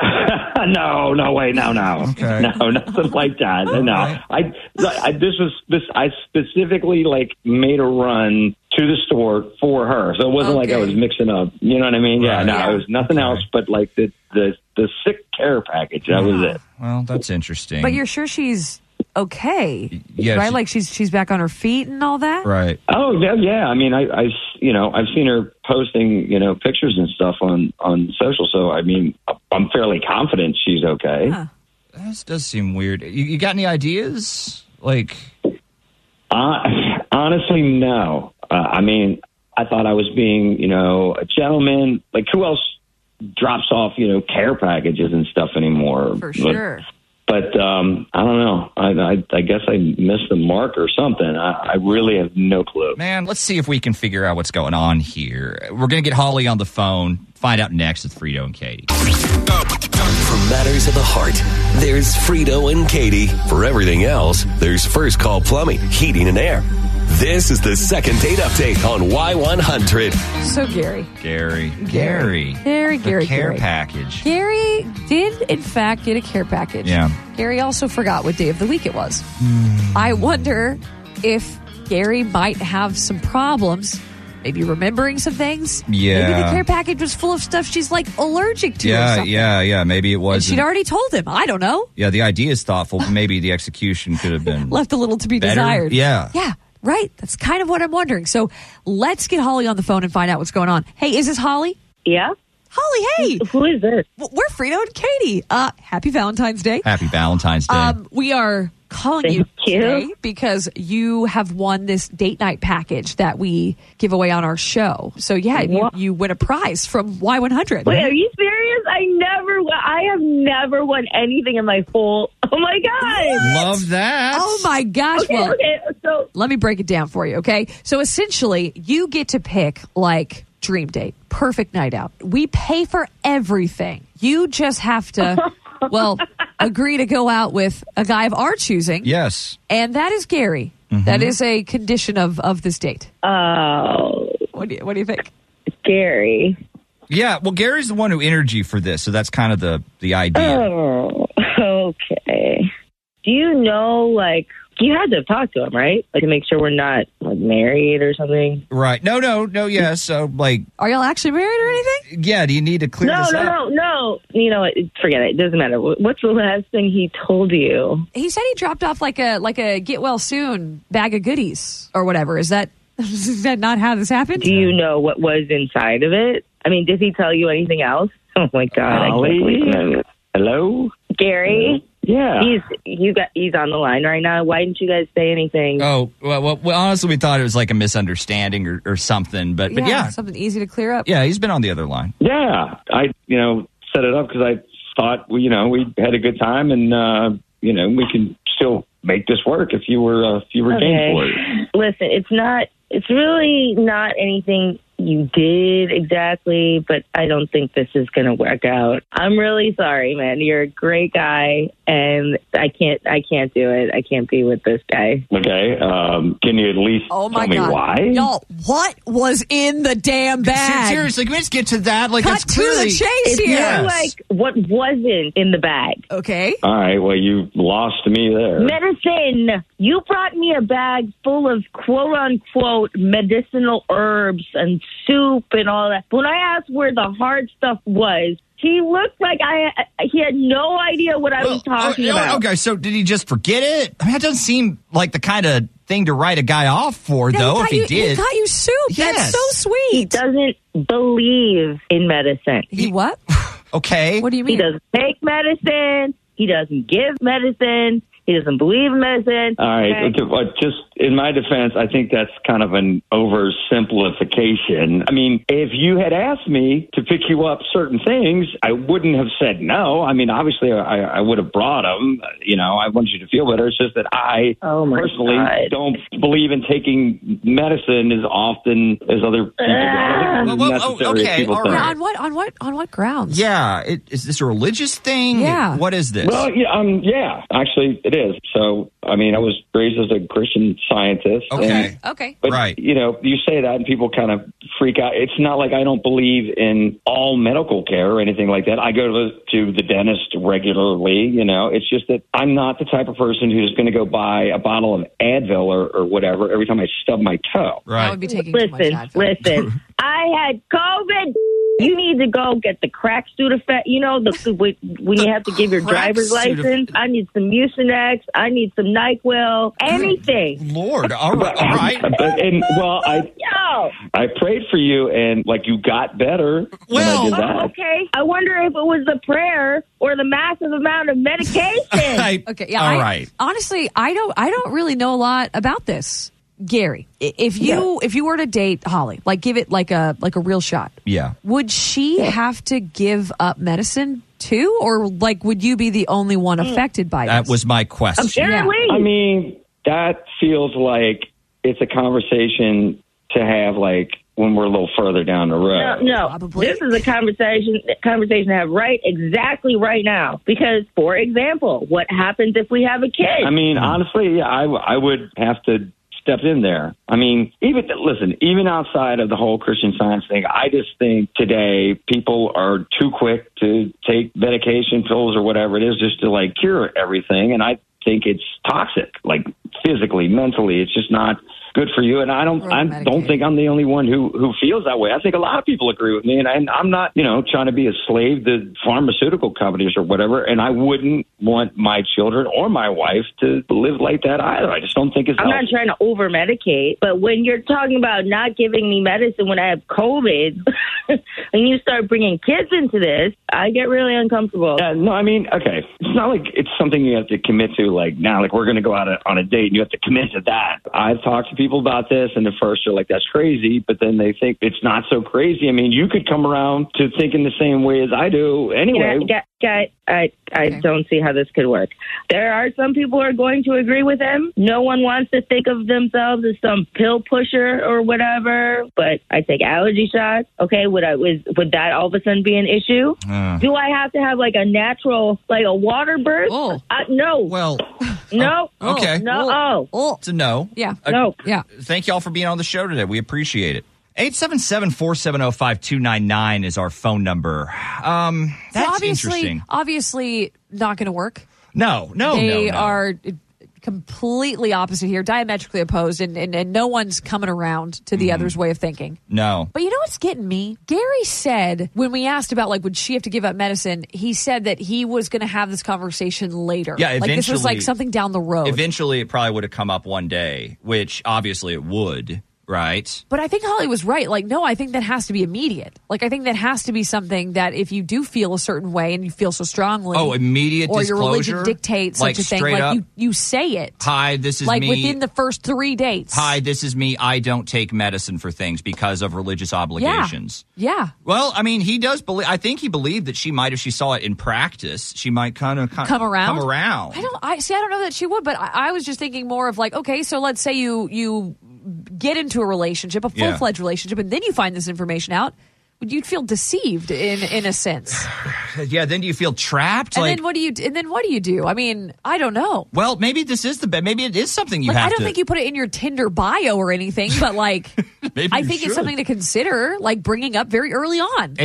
Speaker 10: no, no way, no, no, no, nothing like that. No, I, I, this was this. I specifically like made a run to the store for her, so it wasn't like I was mixing up. You know what I mean? Yeah,
Speaker 3: Right.
Speaker 10: no,
Speaker 3: Yeah.
Speaker 10: it was nothing else but like the the the sick care package. That was it.
Speaker 3: Well, that's interesting.
Speaker 4: But you're sure she's okay,
Speaker 10: yeah,
Speaker 4: right?
Speaker 10: she-
Speaker 4: like she's she's back on her feet and all that.
Speaker 3: Right.
Speaker 10: Oh yeah, yeah. I mean, I, I, you know, I've seen her posting, you know, pictures and stuff on on social. So I mean, I'm fairly confident she's okay.
Speaker 3: This does seem weird. You, you got any ideas? Like,
Speaker 10: Uh, honestly, no. Uh, I mean, I thought I was being, you know, a gentleman. Like, who else drops off, you know, care packages and stuff anymore?
Speaker 4: For sure.
Speaker 10: But, but um, I don't know. I, I, I guess I missed the mark or something. I, I really have no clue.
Speaker 3: man, let's see if we can figure out what's going on here. We're going to get Holly on the phone, find out next with Frito and Katie.
Speaker 1: For matters of the heart, there's Frito and Katie. For everything else, there's First Call Plumbing, Heating, and Air. This is the second date update on Y100.
Speaker 4: So Gary,
Speaker 3: Gary. Gary.
Speaker 4: Gary,
Speaker 3: The
Speaker 4: Gary,
Speaker 3: care
Speaker 4: Gary.
Speaker 3: package.
Speaker 4: Gary did in fact get a care package.
Speaker 3: Yeah.
Speaker 4: Gary also forgot what day of the week it was. I wonder if Gary might have some problems, maybe remembering some things. Maybe the
Speaker 3: Yeah.
Speaker 4: care package was full of stuff she's like allergic to. or
Speaker 3: Yeah,
Speaker 4: something.
Speaker 3: yeah, yeah. Maybe it
Speaker 4: And
Speaker 3: was.
Speaker 4: she'd already told him. I don't know.
Speaker 3: yeah, the idea is thoughtful. But maybe the execution could have been.
Speaker 4: Left a little to be
Speaker 3: Better?
Speaker 4: desired.
Speaker 3: Yeah.
Speaker 4: Yeah. Right. That's kind of what I'm wondering. So let's get Holly on the phone and find out what's going on. Hey, is this Holly?
Speaker 11: Yeah.
Speaker 4: Holly, hey.
Speaker 11: Who is this?
Speaker 4: We're Frito and Katie. Uh, happy Valentine's Day.
Speaker 3: Happy Valentine's Day.
Speaker 4: Um, we are calling you, today because you have won this date night package that we give away on our show. So yeah, you, you win a prize from Y100.
Speaker 11: Wait, are you serious? I never, wa- I have never won anything in my whole. Oh my god!
Speaker 3: Love that.
Speaker 4: Oh my gosh.
Speaker 11: Okay,
Speaker 4: well,
Speaker 11: okay, so
Speaker 4: let me break it down for you, okay? So essentially, you get to pick like dream date, perfect night out. We pay for everything. You just have to well, agree to go out with a guy of our choosing.
Speaker 3: Yes.
Speaker 4: And that is Gary.
Speaker 3: Mm-hmm.
Speaker 4: That is a condition of of this date.
Speaker 11: Oh.
Speaker 4: What do you, what do you think?
Speaker 11: Gary.
Speaker 3: Yeah, well, Gary's the one who entered you for this, so that's kind of the the
Speaker 4: Uh.
Speaker 3: idea.
Speaker 11: Oh, okay. Do you know, like, you had to talk to him, right? Like, to make sure we're not like married or something.
Speaker 3: Right? No, no, no. Yeah. So, like,
Speaker 4: Are y'all actually married or anything?
Speaker 3: yeah. Do you need to clear
Speaker 11: No,
Speaker 3: this
Speaker 11: no,
Speaker 3: up?
Speaker 11: no, no. You know, what? forget it. It doesn't matter. Wh- What's the last thing he told you?
Speaker 4: He said he dropped off like a like a get well soon bag of goodies or whatever. Is that is that not how this happened?
Speaker 11: Do you know what was inside of it? I mean, did he tell you anything else? Oh my god! I can't
Speaker 10: Golly.
Speaker 11: believe it.
Speaker 10: Hello?
Speaker 11: Gary.
Speaker 10: Yeah.
Speaker 11: He's you got he's on the line right now. Why didn't you guys say anything?
Speaker 3: Oh well, well, well, honestly, we thought it was like a misunderstanding or, or something, but but yeah,
Speaker 4: something easy to clear up.
Speaker 3: yeah, he's been on the other line.
Speaker 10: Yeah, I you know set it up because I thought we you know we had a good time and uh, you know we can still make this work if you were uh, if you were game for it.
Speaker 11: Listen, it's not. It's really not anything you did exactly, but I don't think this is going to work out. I'm really sorry, man. You're a great guy, and I can't. I can't do it. I can't be with this guy.
Speaker 10: Okay, um, can you at least
Speaker 4: Oh my
Speaker 10: tell me
Speaker 4: god!
Speaker 10: why?
Speaker 4: Y'all, what was in the damn bag?
Speaker 3: Seriously, can we just get to that? Like,
Speaker 4: Cut
Speaker 3: it's
Speaker 4: to the
Speaker 3: clearly-
Speaker 4: chase
Speaker 11: It's
Speaker 4: here.
Speaker 11: more like what wasn't in the bag.
Speaker 4: Okay.
Speaker 10: All right, well you lost me there.
Speaker 11: Medicine. You brought me a bag full of quote unquote medicinal herbs and soup and all that. When I asked where the hard stuff was, he looked like I he had no idea what I was talking
Speaker 3: Oh,
Speaker 11: about.
Speaker 3: Okay, so did he just forget it? I mean, that doesn't seem like the kind of thing to write a guy off for,
Speaker 4: No,
Speaker 3: though.
Speaker 4: got
Speaker 3: If he
Speaker 4: you-
Speaker 3: did,
Speaker 4: got you soup.
Speaker 3: Yes.
Speaker 4: That's so
Speaker 11: He
Speaker 4: sweet.
Speaker 11: doesn't believe in medicine.
Speaker 4: He, what?
Speaker 3: okay.
Speaker 4: What do you
Speaker 11: He
Speaker 4: mean?
Speaker 11: doesn't take medicine. He doesn't give medicine. He doesn't believe in medicine.
Speaker 10: All right.
Speaker 11: Okay.
Speaker 10: okay, well, Just in my defense, I think that's kind of an oversimplification. I mean, if you had asked me to pick you up certain things, I wouldn't have said no. I mean, obviously, I, I would have brought them. You know, I want you to feel better. It's just that I
Speaker 11: Oh my
Speaker 10: personally
Speaker 11: God.
Speaker 10: don't believe in taking medicine as often as other people
Speaker 11: Ah.
Speaker 10: do.
Speaker 3: Well, well, oh,
Speaker 10: Necessary as
Speaker 3: okay,
Speaker 10: people
Speaker 3: all
Speaker 10: think.
Speaker 4: Now,
Speaker 3: right.
Speaker 4: on what? On what? On what grounds?
Speaker 3: Yeah, it, is this a religious thing?
Speaker 4: Yeah.
Speaker 3: What is this?
Speaker 10: Well, yeah, um, yeah, actually, it is. So, I mean, I was raised as a Christian scientist.
Speaker 3: Okay.
Speaker 10: and-
Speaker 4: Okay.
Speaker 10: But
Speaker 3: Right.
Speaker 10: you know, you say that and people kind of freak out. It's not like I don't believe in all medical care or anything like that. I go to the, to the dentist regularly. You know, it's just that I'm not the type of person who's going to go buy a bottle of Advil or, or whatever every time I stub my toe.
Speaker 4: That
Speaker 3: right.
Speaker 4: would be taking too
Speaker 11: listen,
Speaker 4: much Advil.
Speaker 11: listen. I had COVID. You need to go get the crack Sudafed. You know, the, the when when you have to give your
Speaker 3: crack
Speaker 11: driver's
Speaker 3: Sudafed.
Speaker 11: license. I need some Mucinex. I need some Nyquil. Anything.
Speaker 3: Lord, all right, all right.
Speaker 10: But, and well, I
Speaker 11: Yo.
Speaker 10: I prayed for you and like you got better
Speaker 3: Well-
Speaker 10: when I did
Speaker 11: Oh,
Speaker 10: that.
Speaker 11: okay. I wonder if it was the prayer or the massive amount of medication.
Speaker 3: I-
Speaker 4: Okay. Yeah.
Speaker 3: all
Speaker 4: I,
Speaker 3: right.
Speaker 4: Honestly, I don't. I don't really know a lot about this, Gary. i- If you if you were to date Holly, like give it like a like a real shot.
Speaker 3: Yeah.
Speaker 4: Would she have to give up medicine too, or like would you be the only one affected by
Speaker 3: That
Speaker 4: this?
Speaker 3: was my question.
Speaker 11: Apparently,
Speaker 10: I mean, that feels like it's a conversation to have like when we're a little further down the road.
Speaker 11: No, no.
Speaker 4: Probably.
Speaker 11: This is a conversation conversation to have right exactly right now. Because, for example, what happens if we have a kid?
Speaker 3: Mm-hmm.
Speaker 10: I mean, honestly, yeah, I, w- I would have to stepped in there. I mean, even listen, even outside of the whole Christian Science thing, I just think today people are too quick to take medication pills or whatever it is just to like cure everything, and I think it's toxic, like physically, mentally. It's just not good for you. And I don't, I don't think I'm the only one who who feels that way. I think a lot of people agree with me, and, I, and I'm not, you know, trying to be a slave to pharmaceutical companies or whatever. And I wouldn't want my children or my wife to live like that either. I just don't think it's.
Speaker 11: I'm
Speaker 10: healthy.
Speaker 11: not trying to over medicate, but when you're talking about not giving me medicine when I have COVID, and you start bringing kids into this, I get really uncomfortable.
Speaker 10: Yeah, no, I mean, okay. It's not like it's something you have to commit to, like now, like we're going to go out on a date and you have to commit to that. I've talked to people about this, and at first they're like, that's crazy, but then they think it's not so crazy. I mean, you could come around to thinking the same way as I do anyway.
Speaker 11: Yeah, yeah, yeah, I, I don't see how this could work. There are some people who are going to agree with him. No one wants to think of themselves as some pill pusher or whatever. But I take allergy shots. Okay, would I was would that all of a sudden be an issue?
Speaker 3: Uh.
Speaker 11: Do I have to have like a natural like a water burst? Oh. I, no.
Speaker 3: Well.
Speaker 11: No. Oh,
Speaker 3: okay.
Speaker 11: No. Oh.
Speaker 3: It's a no.
Speaker 11: Yeah.
Speaker 3: Uh,
Speaker 11: No. Yeah.
Speaker 3: Thank you all for being on the show today. We appreciate it. 877 470 5299 is our phone number. Um,
Speaker 4: So
Speaker 3: that's
Speaker 4: obviously,
Speaker 3: interesting.
Speaker 4: obviously not going to work.
Speaker 3: No, no,
Speaker 4: they
Speaker 3: no, no.
Speaker 4: are completely opposite here, diametrically opposed, and, and, and no one's coming around to the
Speaker 3: Mm-hmm.
Speaker 4: other's way of thinking.
Speaker 3: No.
Speaker 4: But you know what's getting me? Gary said when we asked about like would she have to give up medicine, he said that he was going to have this conversation later.
Speaker 3: Yeah,
Speaker 4: like this was
Speaker 3: eventually-
Speaker 4: like something down the road.
Speaker 3: Eventually, it probably would have come up one day, which obviously it would, right?
Speaker 4: But I think Holly was right. Like, no, I think that has to be immediate. Like, I think that has to be something that if you do feel a certain way and you feel so strongly,
Speaker 3: Oh, immediate
Speaker 4: or your religion
Speaker 3: disclosure?
Speaker 4: dictates
Speaker 3: Like,
Speaker 4: such a thing.
Speaker 3: straight
Speaker 4: Like
Speaker 3: up?
Speaker 4: you, you say it.
Speaker 3: Hi, this is
Speaker 4: like
Speaker 3: me.
Speaker 4: within the first three dates.
Speaker 3: Hi, this is me. I don't take medicine for things because of religious obligations.
Speaker 4: Yeah.
Speaker 3: Well, I mean, he does believe. I think he believed that she might, if she saw it in practice, she might kind of
Speaker 4: Come around.
Speaker 3: Come around.
Speaker 4: I don't. I see. I don't know that she would, but I, I was just thinking more of like, okay, so let's say you you get into a relationship, a
Speaker 3: Yeah.
Speaker 4: full fledged relationship, and then you find this information out. Would you feel deceived in in a sense?
Speaker 3: Yeah. Then do you feel trapped?
Speaker 4: and
Speaker 3: like,
Speaker 4: then what do you? And then what do you do? I mean, I don't know.
Speaker 3: well, maybe this is the best. Maybe it is something you
Speaker 4: Like,
Speaker 3: have.
Speaker 4: I don't
Speaker 3: to,
Speaker 4: think you put it in your Tinder bio or anything, but like,
Speaker 3: Maybe
Speaker 4: I
Speaker 3: you
Speaker 4: think
Speaker 3: should.
Speaker 4: it's something to consider, like bringing up very early on.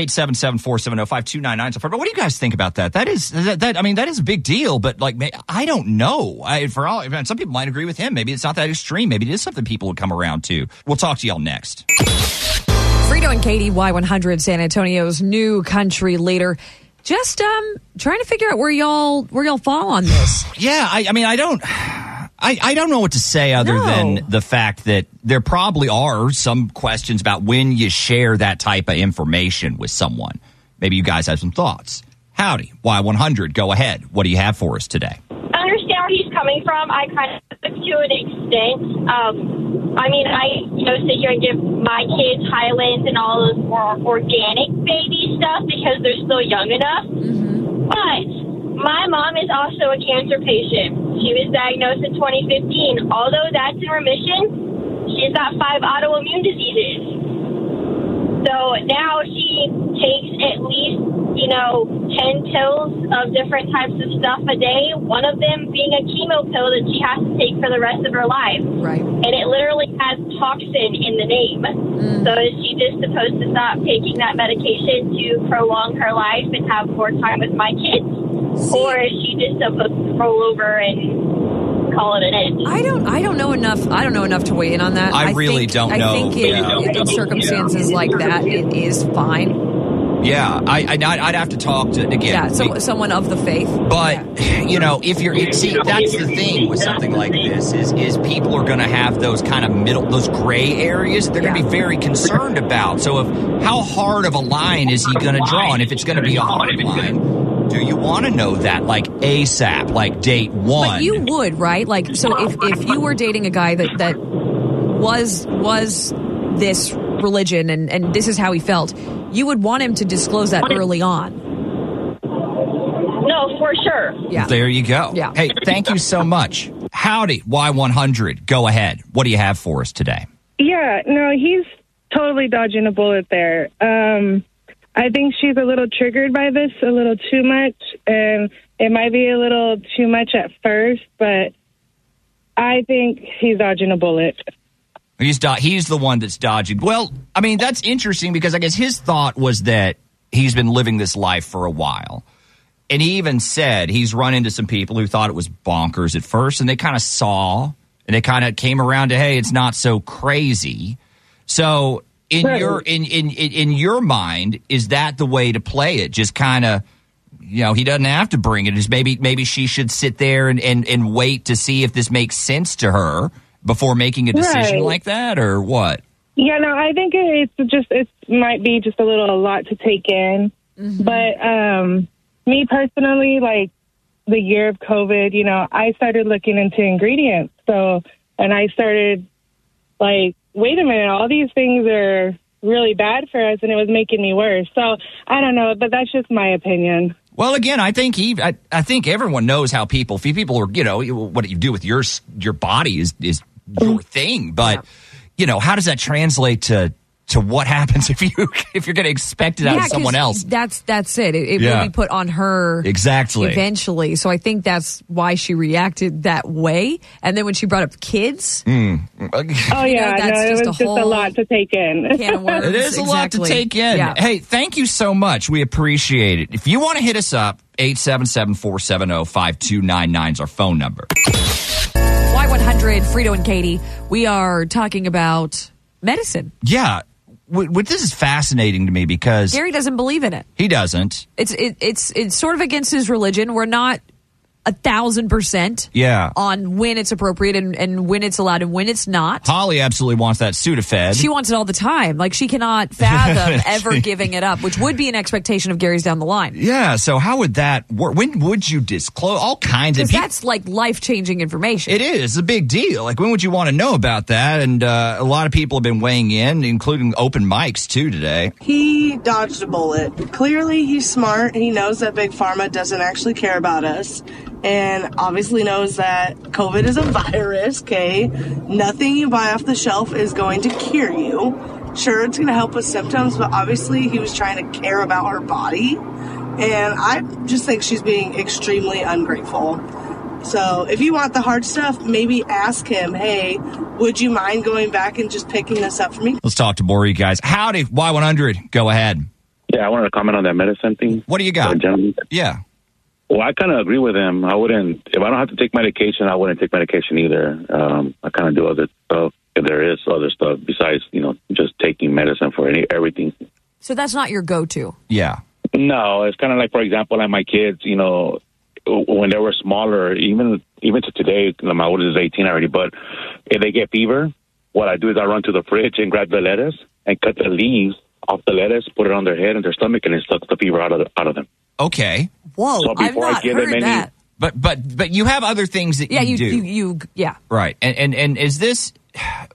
Speaker 3: 877-470-5299 so far. But what do you guys think about that? That is that, that I mean that is a big deal, but like ma- I don't know. I for all and some people might agree with him. Maybe it's not that extreme. Maybe it is something people would come around to. We'll talk to y'all next.
Speaker 4: Frito and Katie, Y100, San Antonio's new country leader. Just um, trying to figure out where y'all where y'all fall on this.
Speaker 3: Yeah, I, I mean I don't I, I don't know what to say other than the fact that there probably are some questions about when you share that type of information with someone. Maybe you guys have some thoughts. Howdy, Y100, go ahead. What do you have for us today?
Speaker 12: I understand where he's coming from. I kind of to an extent. Um, I mean, I you know sit here and give my kids Highlands and all of more organic baby stuff because they're still young enough. But my mom is also a cancer patient. She was diagnosed in 2015. Although that's in remission, she's got five autoimmune diseases. So now she takes at least, you know, 10 pills of different types of stuff a day, one of them being a chemo pill that she has to take for the rest of her life.
Speaker 4: Right.
Speaker 12: And it literally has toxin in the name.
Speaker 4: Mm.
Speaker 12: So is she just supposed to stop taking that medication to prolong her life and have more time with my kids? Or is she just supposed to roll over and call it an end?
Speaker 4: I don't. I don't know enough. I don't know enough to weigh in on that.
Speaker 3: I really
Speaker 4: think-
Speaker 3: don't
Speaker 4: I
Speaker 3: know.
Speaker 4: think in,
Speaker 3: Yeah.
Speaker 4: in circumstances like that, it is fine.
Speaker 3: Yeah, I, I I'd- I'd have to talk to again.
Speaker 4: Yeah. So someone of the faith.
Speaker 3: But you know, if you're it, see, that's the thing with something like this is is people are going to have those kind of middle, those gray areas. They're going to be very concerned about. So, if how hard of a line is he going to draw, and if it's going to be a hard line, do you want to know that like ASAP, like date one?
Speaker 4: But you would, right? Like, so if, if you were dating a guy that, that was was this religion and, and this is how he felt, you would want him to disclose that early on.
Speaker 12: No, for sure.
Speaker 4: Yeah.
Speaker 3: There you go.
Speaker 4: Yeah.
Speaker 3: Hey, thank you so much. Howdy, Y100. Go ahead. What do you have for us today?
Speaker 13: Yeah, no, he's totally dodging a bullet there. Um, I think she's a little triggered by this, a little too much, and it might be a little too much at first, but I think he's dodging a bullet.
Speaker 3: He's do- he's the one that's dodging. Well, I mean that's interesting because I guess his thought was that he's been living this life for a while, and he even said he's run into some people who thought it was bonkers at first, and they kind of saw and they kind of came around to hey, it's not so crazy. So in
Speaker 14: Right.
Speaker 3: your in, in in in your mind, is that the way to play it? Just kind of you know he doesn't have to bring it. Is maybe maybe she should sit there and and and wait to see if this makes sense to her before making a decision
Speaker 13: Right.
Speaker 3: like that or what?
Speaker 13: Yeah, no, I think it- it's just it might be just a little a lot to take in. But um me personally, like the year of COVID, you know, I started looking into ingredients. So and I started like, wait a minute, all these things are really bad for us and it was making me worse. So I don't know, but that's just my opinion.
Speaker 3: Well, again, I think he, I, I think everyone knows how people, few people are, you know, what you do with your s- your body is is your
Speaker 4: Mm.
Speaker 3: thing, but you know, how does that translate to to what happens if you if you're going to expect it out of
Speaker 4: 'cause
Speaker 3: someone else?
Speaker 4: That's that's it. It, it
Speaker 3: Yeah.
Speaker 4: will be put on her
Speaker 3: Exactly.
Speaker 4: eventually. So I think that's why she reacted that way. And then when she brought up kids,
Speaker 3: Mm.
Speaker 13: Oh
Speaker 4: You know,
Speaker 13: yeah,
Speaker 4: that's
Speaker 13: no, it
Speaker 4: just
Speaker 13: was
Speaker 4: a
Speaker 13: just a
Speaker 4: whole
Speaker 13: lot to take in.
Speaker 4: can of worms.
Speaker 3: It is a lot to
Speaker 4: Exactly.
Speaker 3: take in.
Speaker 4: Yeah.
Speaker 3: Hey, thank you so much. We appreciate it. If you want to hit us up, oh, 877-470-5299 is our phone number.
Speaker 4: Y100, Frito and Katie, we are talking about medicine.
Speaker 3: Yeah. W- w- this is fascinating to me because
Speaker 4: Gary doesn't believe in it.
Speaker 3: he doesn't.
Speaker 4: It's it, it's it's sort of against his religion. We're not a thousand percent
Speaker 3: Yeah.
Speaker 4: on when it's appropriate and, and when it's allowed and when it's not.
Speaker 3: Holly absolutely wants that Sudafed.
Speaker 4: She wants it all the time. Like she cannot fathom ever giving it up, which would be an expectation of Gary's down the line.
Speaker 3: Yeah. So how would that work? When would you disclose all kinds of?
Speaker 4: Because
Speaker 3: peop-
Speaker 4: that's like life changing information.
Speaker 3: it is It's a big deal. Like when would you want to know about that? And uh, a lot of people have been weighing in, including open mics too today.
Speaker 15: He dodged a bullet. Clearly, he's smart. He knows that Big Pharma doesn't actually care about us. And obviously knows that COVID is a virus, okay? Nothing you buy off the shelf is going to cure you. Sure, it's going to help with symptoms, but obviously he was trying to care about her body. And I just think she's being extremely ungrateful. So if you want the hard stuff, maybe ask him, hey, would you mind going back and just picking this up for me?
Speaker 3: Let's talk to more of you guys. Howdy, Y100. Go ahead.
Speaker 16: Yeah, I wanted to comment on that medicine thing.
Speaker 3: What do you got? Yeah.
Speaker 16: Well, I kind of agree with him. I wouldn't, if I don't have to take medication, I wouldn't take medication either. Um, I kind of do other stuff. If there is other stuff besides, you know, just taking medicine for any everything.
Speaker 4: So that's not your go to.
Speaker 3: Yeah.
Speaker 16: No, it's kind of like, for example, like my kids, you know, w- when they were smaller, even even to today, you know, my oldest is 18 already, but if they get fever, what I do is I run to the fridge and grab the lettuce and cut the leaves off the lettuce, put it on their head and their stomach, and it sucks the fever out of, out of them.
Speaker 3: Okay.
Speaker 4: Whoa.
Speaker 16: So before I've I not give him heard any- that.
Speaker 3: But but but you have other things that
Speaker 4: Yeah,
Speaker 3: you,
Speaker 4: you,
Speaker 3: do.
Speaker 4: you, you, yeah.
Speaker 3: Right. And and and is this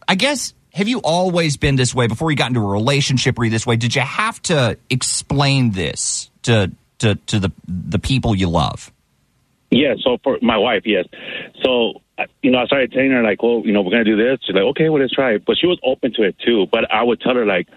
Speaker 3: I guess have you always been this way before you got into a relationship were you this way? Did you have to explain this to to to the the people you love?
Speaker 16: Yeah, so for my wife, yes. So, I- you know, I started telling her, like, well, you know, we're going to do this. She's like, okay, well, let's try it. But she was open to it, too. But I would tell her, like,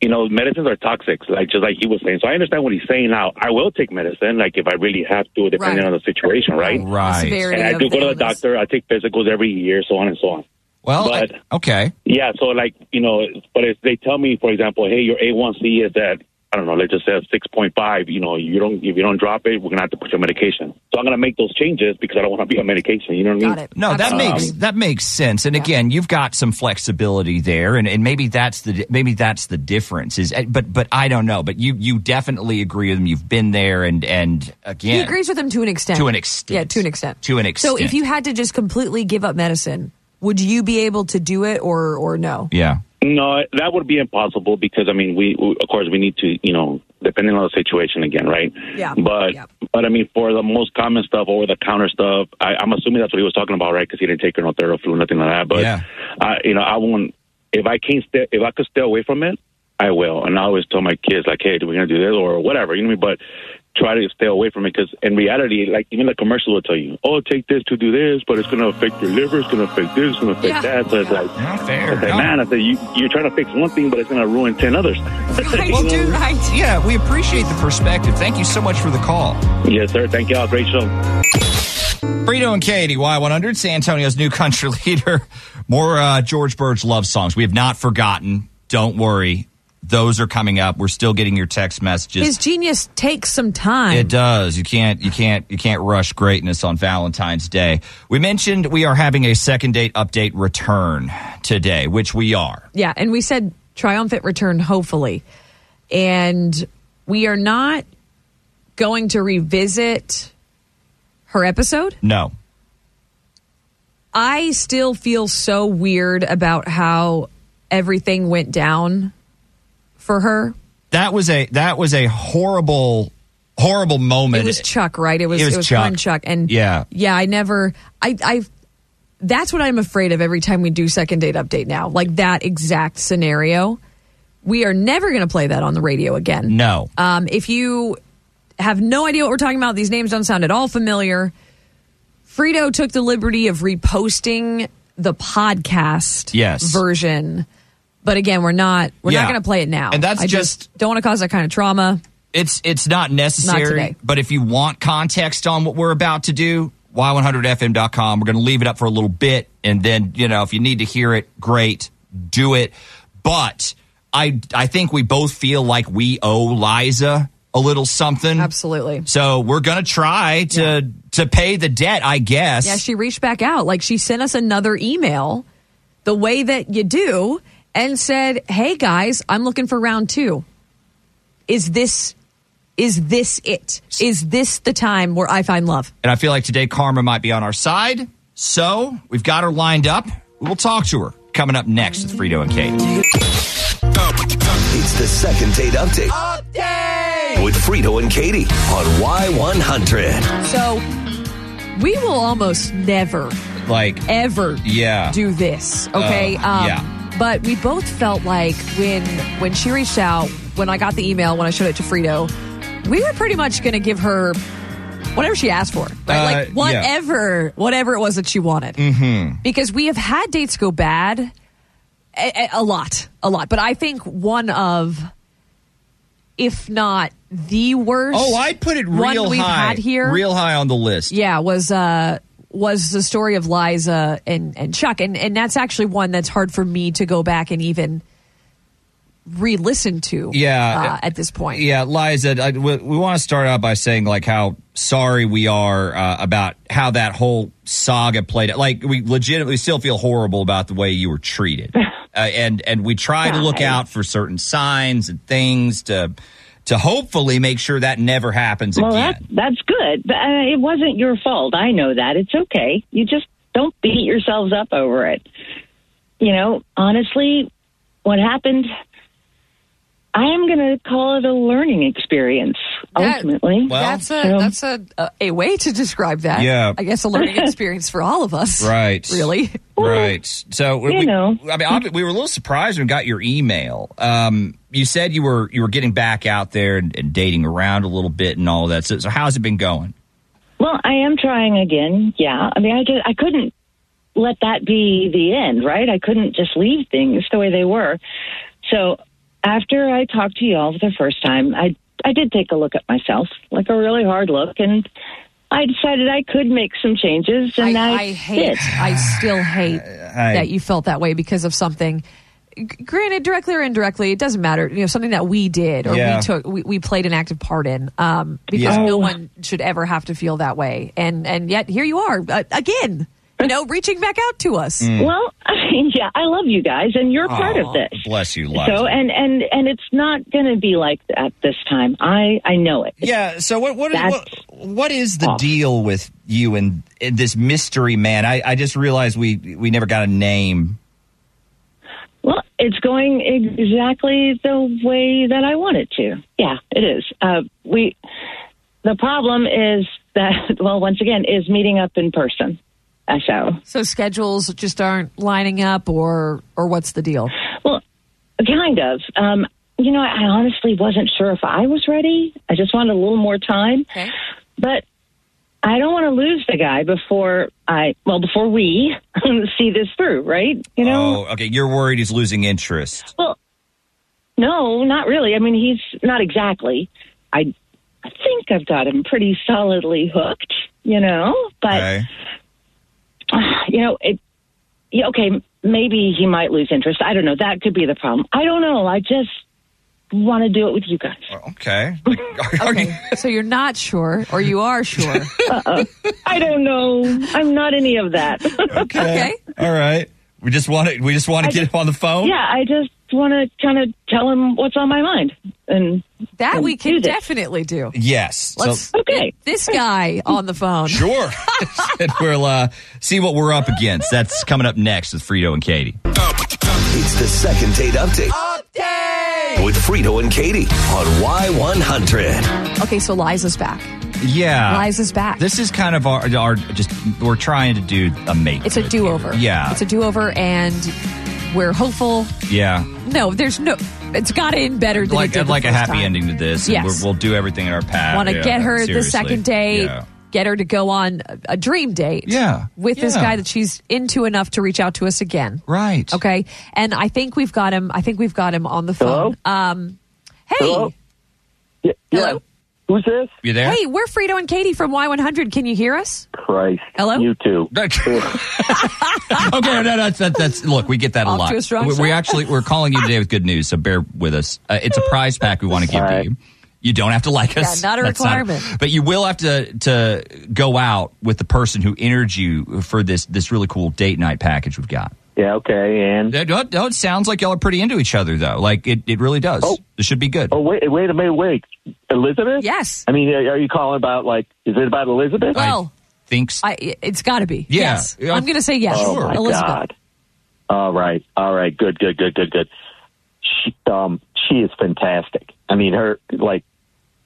Speaker 16: you know, medicines are toxic, like, just like he was saying. So I understand what he's saying now. I will take medicine, like, if I really have to, depending
Speaker 3: Right.
Speaker 16: on the situation, right?
Speaker 3: Right. The severity
Speaker 16: And I do
Speaker 3: of
Speaker 16: go
Speaker 3: the
Speaker 16: to the doctor. I take physicals every year, so on and so on.
Speaker 3: Well, I-
Speaker 16: But-
Speaker 3: okay.
Speaker 16: yeah, so like you know, but if they tell me, for example, hey, your A1C is at I don't know, let's just say six point five. You know, you don't if you don't drop it, we're gonna have to put you on medication. So I'm gonna make those changes because I don't want to be on medication. You know what I mean?
Speaker 3: No, that makes that makes sense. And again, you've got some flexibility there, and, and maybe that's the maybe that's the difference. Is but but I don't know. But you you definitely agree with them. You've been there, and and again,
Speaker 4: He agrees with him to an extent.
Speaker 3: To an extent.
Speaker 4: Yeah, to an extent.
Speaker 3: To an
Speaker 4: So if
Speaker 3: extent.
Speaker 4: you had to just completely give up medicine, would you be able to do it or or no?
Speaker 3: Yeah.
Speaker 16: No, that would be impossible because I mean, we, we of course we need to, you know, depending on the situation again, right?
Speaker 4: Yeah.
Speaker 16: But but I mean, for the most common stuff, over the counter stuff, I, I'm assuming that's what he was talking about, right? Because he didn't take no flu, nothing like that. But I, you know, I won't. If I can't, stay, if I could stay away from it, I will. And I always tell my kids, like, hey, we're gonna do this or whatever, you know what I mean? But try to stay away from it because in reality, like even the commercial will tell you, oh, take this to do this, but it's gonna affect your liver, it's gonna affect this, it's gonna affect
Speaker 4: Yeah.
Speaker 16: that. So it's like,
Speaker 3: not fair.
Speaker 16: I said, man, I said, you, you're trying to fix one thing, but it's gonna ruin ten others.
Speaker 3: Well, Yeah, we appreciate the perspective. Thank you so much for the call.
Speaker 16: Yes, sir. Thank y'all. Great show.
Speaker 3: Frito and Katie, Y100, San Antonio's new country leader. More uh, George Burge love songs. We have not forgotten. Don't worry. Those are coming up. We're still getting your text messages.
Speaker 4: His genius takes some time.
Speaker 3: It does. You can't you can't you can't rush greatness on Valentine's Day. We mentioned we are having a second date update return today, which we are.
Speaker 4: Yeah, and we said triumphant return, hopefully. And we are not going to revisit her episode.
Speaker 3: No.
Speaker 4: I still feel so weird about how everything went down for her.
Speaker 3: That was a that was a horrible horrible moment.
Speaker 4: It was Chuck, right? It was
Speaker 3: It
Speaker 4: it
Speaker 3: was
Speaker 4: was,
Speaker 3: Chuck.
Speaker 4: fun Chuck. And
Speaker 3: Yeah.
Speaker 4: yeah, I never I I that's what I'm afraid of every time we do second date update now. Like that exact scenario. We are never going to play that on the radio again.
Speaker 3: No.
Speaker 4: Um, if you have no idea what we're talking about, these names don't sound at all familiar. Frito took the liberty of reposting the podcast
Speaker 3: Yes.
Speaker 4: version. But again, we're not we're
Speaker 3: Yeah.
Speaker 4: not going to play it now.
Speaker 3: And that's
Speaker 4: I don't want to cause that kind of trauma.
Speaker 3: It's it's not necessary,
Speaker 4: today.
Speaker 3: but if you want context on what we're about to do, y100fm.com. We're going to leave it up for a little bit and then, you know, if you need to hear it, great, do it. But I I think we both feel like we owe Liza a little something.
Speaker 4: Absolutely.
Speaker 3: So, we're going to try to to pay the debt, I guess.
Speaker 4: Yeah, she reached back out. Like she sent us another email the way that you do and said, "Hey guys, I'm looking for round 2. Is this is this it? Is this the time where I find love?"
Speaker 3: And I feel like today karma might be on our side. So, we've got her lined up. We'll talk to her coming up next with Frito and Kate.
Speaker 1: It's the second date update. With Frito and Katie on Y100.
Speaker 4: So we will almost never
Speaker 3: Like
Speaker 4: ever
Speaker 1: Yeah.
Speaker 4: do this, okay? Um,
Speaker 1: Uh, yeah.
Speaker 4: But we both felt like when when she reached out, when I got the email, when I showed it to Frito, we were pretty much going to give her whatever she asked for, right?
Speaker 14: Uh,
Speaker 4: like
Speaker 14: yeah.
Speaker 4: whatever whatever it was that she wanted.
Speaker 14: Mm-hmm.
Speaker 4: because we have had dates go bad a, a- a lot, a lot. But I think one of, if not the worst.
Speaker 3: Oh, I put it real
Speaker 4: one we've
Speaker 3: high.
Speaker 4: had here.
Speaker 3: Real high on the list.
Speaker 4: Yeah, was uh was the story of Liza and and Chuck, and and that's actually one that's hard for me to go back and even re-listen to.
Speaker 3: Yeah.
Speaker 4: uh, at this point.
Speaker 3: Yeah, Liza, I, we, we want to start out by saying like how sorry we are uh, about how that whole saga played out. Like we legitimately still feel horrible about the way you were treated, uh, and and we try to look out for certain signs and things to to hopefully make sure that never happens
Speaker 17: Well,
Speaker 3: again.
Speaker 17: that, that's good. But, Uh, it wasn't your fault. I know that. It's okay. You just don't beat yourselves up over it. You know, honestly, what happened, I am going to call it a learning experience, ultimately.
Speaker 4: that's a
Speaker 17: So-
Speaker 4: that's a, a a way to describe that.
Speaker 3: Yeah.
Speaker 4: I guess a learning experience for all of us.
Speaker 3: Right.
Speaker 4: Really.
Speaker 3: Right. So we,
Speaker 4: you
Speaker 3: we-
Speaker 4: know.
Speaker 3: I mean, obvi- we were a little surprised when we got your email. Um, you said you were you were getting back out there and, and dating around a little bit and all that. So, so how's it been going?
Speaker 17: Well, I am trying again. Yeah, I mean, I just, I couldn't let that be the end, right? I couldn't just leave things the way they were. So after I talked to y'all for the first time, I I did take a look at myself, like a really hard look, and I decided I could make some changes, and I,
Speaker 4: I hate.
Speaker 17: did.
Speaker 4: I still hate that you felt that way because of something. G- Granted, directly or indirectly, it doesn't matter. You know, something that we did or
Speaker 14: Yeah.
Speaker 4: we took, we, we played an active part in, um, because
Speaker 14: Yeah.
Speaker 4: no
Speaker 14: Oh.
Speaker 4: one should ever have to feel that way. And and yet here you are uh, again. You know, reaching back out to us.
Speaker 17: Well, I mean, yeah, I love you guys, and you're part
Speaker 3: Aw,
Speaker 17: of this.
Speaker 3: Bless you, Liza.
Speaker 17: So and and and it's not going to be like that this time. I I know it.
Speaker 3: Yeah. So what what is,
Speaker 17: That's-
Speaker 3: what, what is the deal with you and, and this mystery man? I, I just realized we we never got a name.
Speaker 17: Well, it's going exactly the way that I want it to. Yeah, it is. Uh, we the problem is that well, once again, is meeting up in person. Uh, So
Speaker 4: So schedules just aren't lining up, or or what's the deal?
Speaker 17: Well, kind of. Um, you know, I honestly wasn't sure if I was ready. I just wanted a little more time. But I don't want to lose the guy before I well before we see this through, right? You know.
Speaker 3: Oh, okay. You're worried he's losing interest.
Speaker 17: Well, no, not really. I mean, he's not exactly. I, I think I've got him pretty solidly hooked, you know, but you know, it, yeah, okay, maybe he might lose interest. I don't know. That could be the problem. I don't know. I just want to do it with you guys.
Speaker 3: Okay.
Speaker 4: okay. so you're not sure, or you are sure.
Speaker 17: Uh-oh. I don't know. I'm not any of that.
Speaker 3: Okay. All right. We just want to. We just want to
Speaker 17: I
Speaker 3: get
Speaker 17: just-
Speaker 3: him on the phone.
Speaker 17: Yeah, I just want to kind of tell him what's on my mind, and
Speaker 4: That
Speaker 17: and
Speaker 4: we can
Speaker 17: do this.
Speaker 4: definitely do.
Speaker 3: Yes.
Speaker 4: Let's okay. this guy on the phone.
Speaker 3: Sure. and we'll uh, see what we're up against. That's coming up next with Frito and Katie.
Speaker 1: It's the second date update. With Frito and Katie on Y100.
Speaker 4: Okay, so Liza's back.
Speaker 3: Yeah.
Speaker 4: Liza's back.
Speaker 3: This is kind of our, our just we're trying to do a make.
Speaker 4: It's a do over.
Speaker 3: Yeah.
Speaker 4: It's a do over, and we're hopeful.
Speaker 3: yeah.
Speaker 4: No, there's no. It's got to end better than
Speaker 3: Like
Speaker 4: it did the
Speaker 3: like a
Speaker 4: first
Speaker 3: happy
Speaker 4: time.
Speaker 3: ending to this. and
Speaker 4: Yes.
Speaker 3: we're- we'll do everything in our path.
Speaker 4: Want to
Speaker 3: Yeah,
Speaker 4: get her the
Speaker 3: seriously.
Speaker 4: second date.
Speaker 3: Yeah.
Speaker 4: Get her to go on a- a dream date.
Speaker 3: Yeah.
Speaker 4: With this
Speaker 3: Yeah.
Speaker 4: guy that she's into enough to reach out to us again.
Speaker 3: Right.
Speaker 4: Okay. And I think we've got him. I think we've got him on the phone. Um, hey. Hello. Hello.
Speaker 14: Who's this?
Speaker 3: You there?
Speaker 4: Hey, we're Frito and Katie from Y100. Can you hear us?
Speaker 14: Christ.
Speaker 4: Hello?
Speaker 14: You too.
Speaker 3: okay, Oh, no, no, that's, that's, that's look, we get that
Speaker 4: Off
Speaker 3: a lot.
Speaker 4: to a strong
Speaker 3: we, we
Speaker 4: start.
Speaker 3: actually we're calling you today with good news, so bear with us. Uh, it's a prize pack we want to give to you. You don't have to like
Speaker 4: Yeah,
Speaker 3: us.
Speaker 4: not a
Speaker 3: That's
Speaker 4: requirement.
Speaker 3: but you will have to to go out with the person who entered you for this this really cool date night package we've got.
Speaker 14: Yeah, okay, and
Speaker 3: no, it sounds like y'all are pretty into each other though. Like it, it really does. It should be good.
Speaker 14: Oh wait, wait a minute, wait, Elizabeth.
Speaker 4: Yes. Oh,
Speaker 14: I mean, are you calling about like? Is it about Elizabeth?
Speaker 4: Well,
Speaker 3: Thinks.
Speaker 4: I, it's got to be.
Speaker 14: Yeah.
Speaker 4: Yes.
Speaker 14: Yeah.
Speaker 4: I'm going to say yes.
Speaker 14: Oh my
Speaker 4: Elizabeth.
Speaker 14: God. All right, all right, good, good, good, good, good. She, um, she is fantastic. I mean, her like,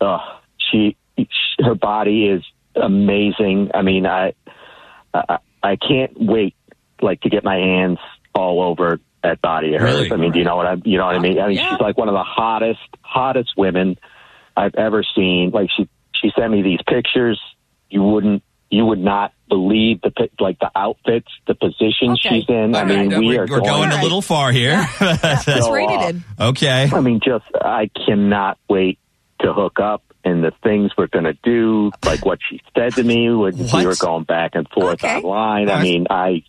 Speaker 14: uh, she, she, her body is amazing. I mean, I, I, I can't wait like to get my hands all over that body of hers. I mean, do you know what I, you know what I mean? I mean, she's like one of the hottest, hottest women I've ever seen. Like she, she sent me these pictures. You wouldn't, you would not believe the pic- like the outfits, the position she's in. I mean, we
Speaker 3: we're,
Speaker 14: are
Speaker 3: uh, we're going, a little far here.
Speaker 14: Let's So, rate it uh, in.
Speaker 3: Okay.
Speaker 14: I mean, just I cannot wait to hook up and the things we're going to do, like what she said to me when we were going back and forth online. I mean, I,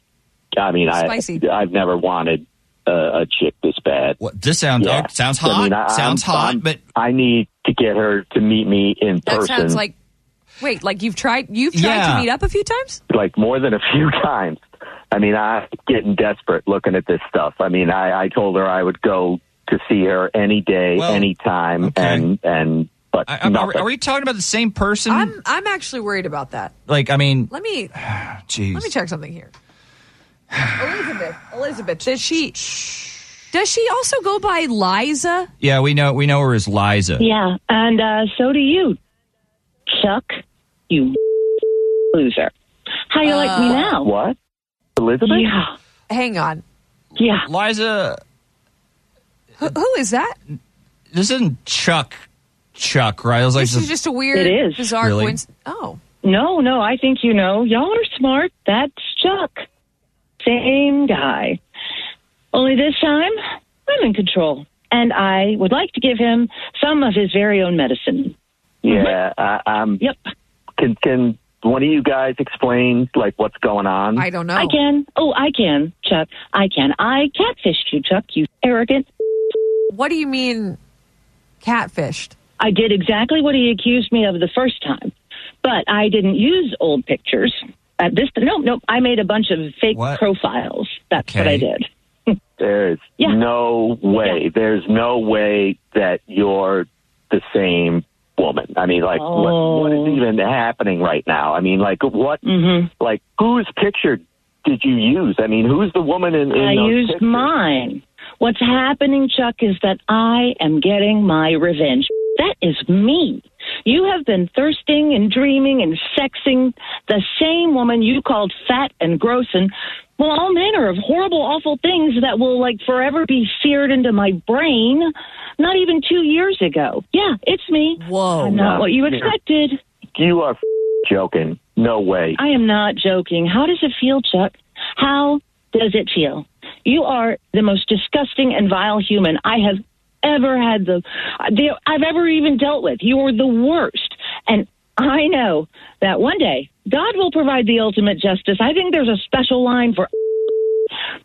Speaker 14: I mean, I,
Speaker 3: Spicy.
Speaker 14: I've never wanted a, a chick this bad.
Speaker 3: What, this sounds
Speaker 14: yeah.
Speaker 3: uh, sounds
Speaker 14: I mean,
Speaker 3: hot.
Speaker 14: I-
Speaker 3: Sounds
Speaker 14: I'm-
Speaker 3: hot,
Speaker 14: I'm-
Speaker 3: but-
Speaker 14: I need to get her to meet me in
Speaker 4: That
Speaker 14: person.
Speaker 4: sounds like. Wait, like you've tried you've tried
Speaker 14: Yeah.
Speaker 4: to meet up a few times?
Speaker 14: like more than a few times. I mean, I'm getting desperate looking at this stuff. I mean, I, I told her I would go to see her any day, any time, and and but
Speaker 3: I- I'm- are,
Speaker 14: nothing.
Speaker 3: are we talking about the same person?
Speaker 4: I'm I'm actually worried about that.
Speaker 3: like, I mean,
Speaker 4: Let me
Speaker 3: jeez.
Speaker 4: let me check something here. Elizabeth, Elizabeth, does she does she also go by Liza?
Speaker 3: Yeah, we know we know her as Liza.
Speaker 17: yeah, and uh, so do you, Chuck. You loser. How you like me
Speaker 4: Uh,
Speaker 17: now?
Speaker 14: What? Elizabeth?
Speaker 17: Yeah.
Speaker 4: Hang on,
Speaker 17: yeah.
Speaker 3: Liza,
Speaker 4: Who, who is that?
Speaker 3: this isn't Chuck. Chuck, right? It was like
Speaker 4: This is just a weird,
Speaker 17: It is.
Speaker 4: bizarre
Speaker 3: Really?
Speaker 4: coincidence. Oh,
Speaker 17: No, no, I think you know. Y'all are smart. That's Chuck. Same guy. Only this time, I'm in control. And I would like to give him some of his very own medicine.
Speaker 14: yeah, I, I'm.
Speaker 17: Yep.
Speaker 14: Can can one of you guys explain like what's going on?
Speaker 17: I can. Oh, I can, Chuck. I can. I catfished you, Chuck, you arrogant.
Speaker 4: What do you mean catfished?
Speaker 17: I did exactly what he accused me of the first time, but I didn't use old pictures. At this, nope, nope. I made a bunch of fake profiles. That's what I did.
Speaker 14: There's no way. There's no way that you're the same woman. I mean, like, what, what
Speaker 17: Oh.
Speaker 14: is even happening right now? I mean, like, what?
Speaker 17: Mm-hmm.
Speaker 14: Like, whose picture did you use? I mean, who's the woman in? in
Speaker 17: I
Speaker 14: those
Speaker 17: used
Speaker 14: pictures?
Speaker 17: mine. What's happening, Chuck, is that I am getting my revenge. That is me. You have been thirsting and dreaming and sexing the same woman you called fat and gross and well, all manner of horrible, awful things that will like forever be seared into my brain. Not even two years ago. Yeah, it's me.
Speaker 4: Whoa,
Speaker 17: I'm not
Speaker 14: No.
Speaker 17: what you expected.
Speaker 14: You are f- joking. No way.
Speaker 17: I am not joking. How does it feel, Chuck? How does it feel? You are the most disgusting and vile human I have ever had the, the I've ever even dealt with. You are the worst. And I know that one day God will provide the ultimate justice. I think there's a special line for.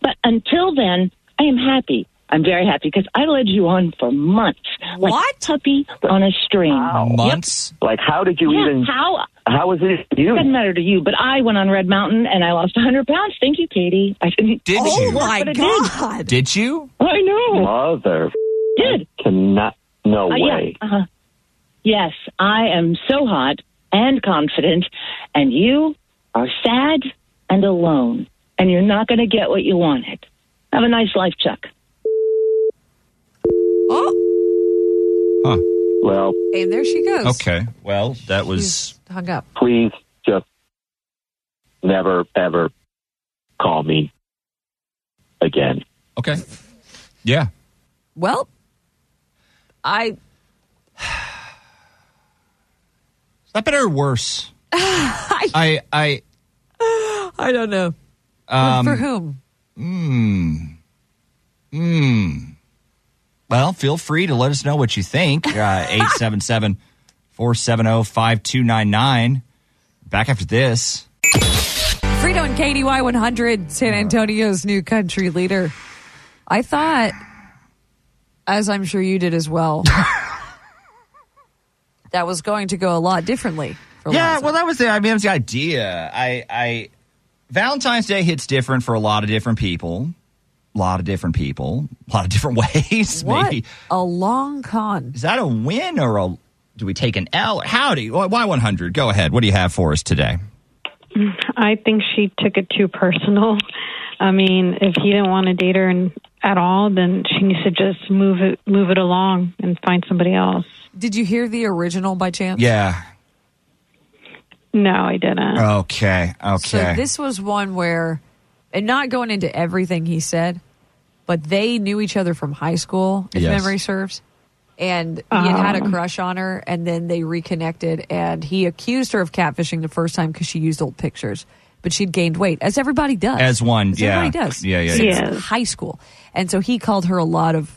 Speaker 17: But until then, I am happy. I'm very happy because I led you on for months. What? Like a puppy on a string.
Speaker 3: Months?
Speaker 14: Like, how did you
Speaker 17: Yeah,
Speaker 14: even?
Speaker 17: how?
Speaker 14: How was it
Speaker 17: It
Speaker 14: you?
Speaker 17: doesn't matter to you, but I went on Red Mountain and I lost 100 pounds. Thank you, Katie. I didn't.
Speaker 3: Did
Speaker 17: Oh
Speaker 3: you?
Speaker 17: my God.
Speaker 3: Did you?
Speaker 17: I know.
Speaker 14: Mother,
Speaker 17: Did.
Speaker 14: cannot. No
Speaker 17: Uh, yeah,
Speaker 14: way.
Speaker 17: uh-huh. Yes, I am so hot and confident, and you are sad and alone, and you're not going to get what you wanted. Have a nice life, Chuck.
Speaker 14: Well,
Speaker 4: And there she goes.
Speaker 3: Okay. Well, that was.
Speaker 4: Hung up.
Speaker 14: please just never ever call me again.
Speaker 3: Okay. Yeah.
Speaker 4: Well, I
Speaker 3: Is that better or worse? I I
Speaker 4: I don't know.
Speaker 3: um,
Speaker 4: For whom?
Speaker 3: Hmm. Hmm. Well, feel free to let us know what you think. Uh, 877 470 5299. Back after this.
Speaker 4: Frito and KDY 100, San Antonio's new country leader. I thought, as I'm sure you did as well, that was going to go a lot differently. For
Speaker 3: Yeah,
Speaker 4: Lonzo.
Speaker 3: well, that was the I mean, it was the idea. I, I Valentine's Day hits different for a lot of different people, a lot of different people, a lot of different ways.
Speaker 4: What
Speaker 3: Maybe
Speaker 4: a long con.
Speaker 3: is that a win or a? Do we take an L? Howdy, Y one hundred. Go ahead. What do you have for us today?
Speaker 18: I think she took it too personal. I mean, if he didn't want to date her and, at all, then she needs to just move it move it along and find somebody else.
Speaker 4: Did you hear the original by chance?
Speaker 3: Yeah.
Speaker 18: No, I didn't.
Speaker 3: Okay. Okay.
Speaker 4: So this was one where, and not going into everything he said, but they knew each other from high school, if
Speaker 19: Yes.
Speaker 4: memory serves. And he had had a
Speaker 19: Oh.
Speaker 4: crush on her, and then they reconnected. And he accused her of catfishing the first time because she used old pictures, but she'd gained weight, as everybody does.
Speaker 3: As one, yeah.
Speaker 4: everybody does.
Speaker 3: Yeah, yeah,
Speaker 4: Since
Speaker 3: yeah.
Speaker 4: High school, and so he called her a lot of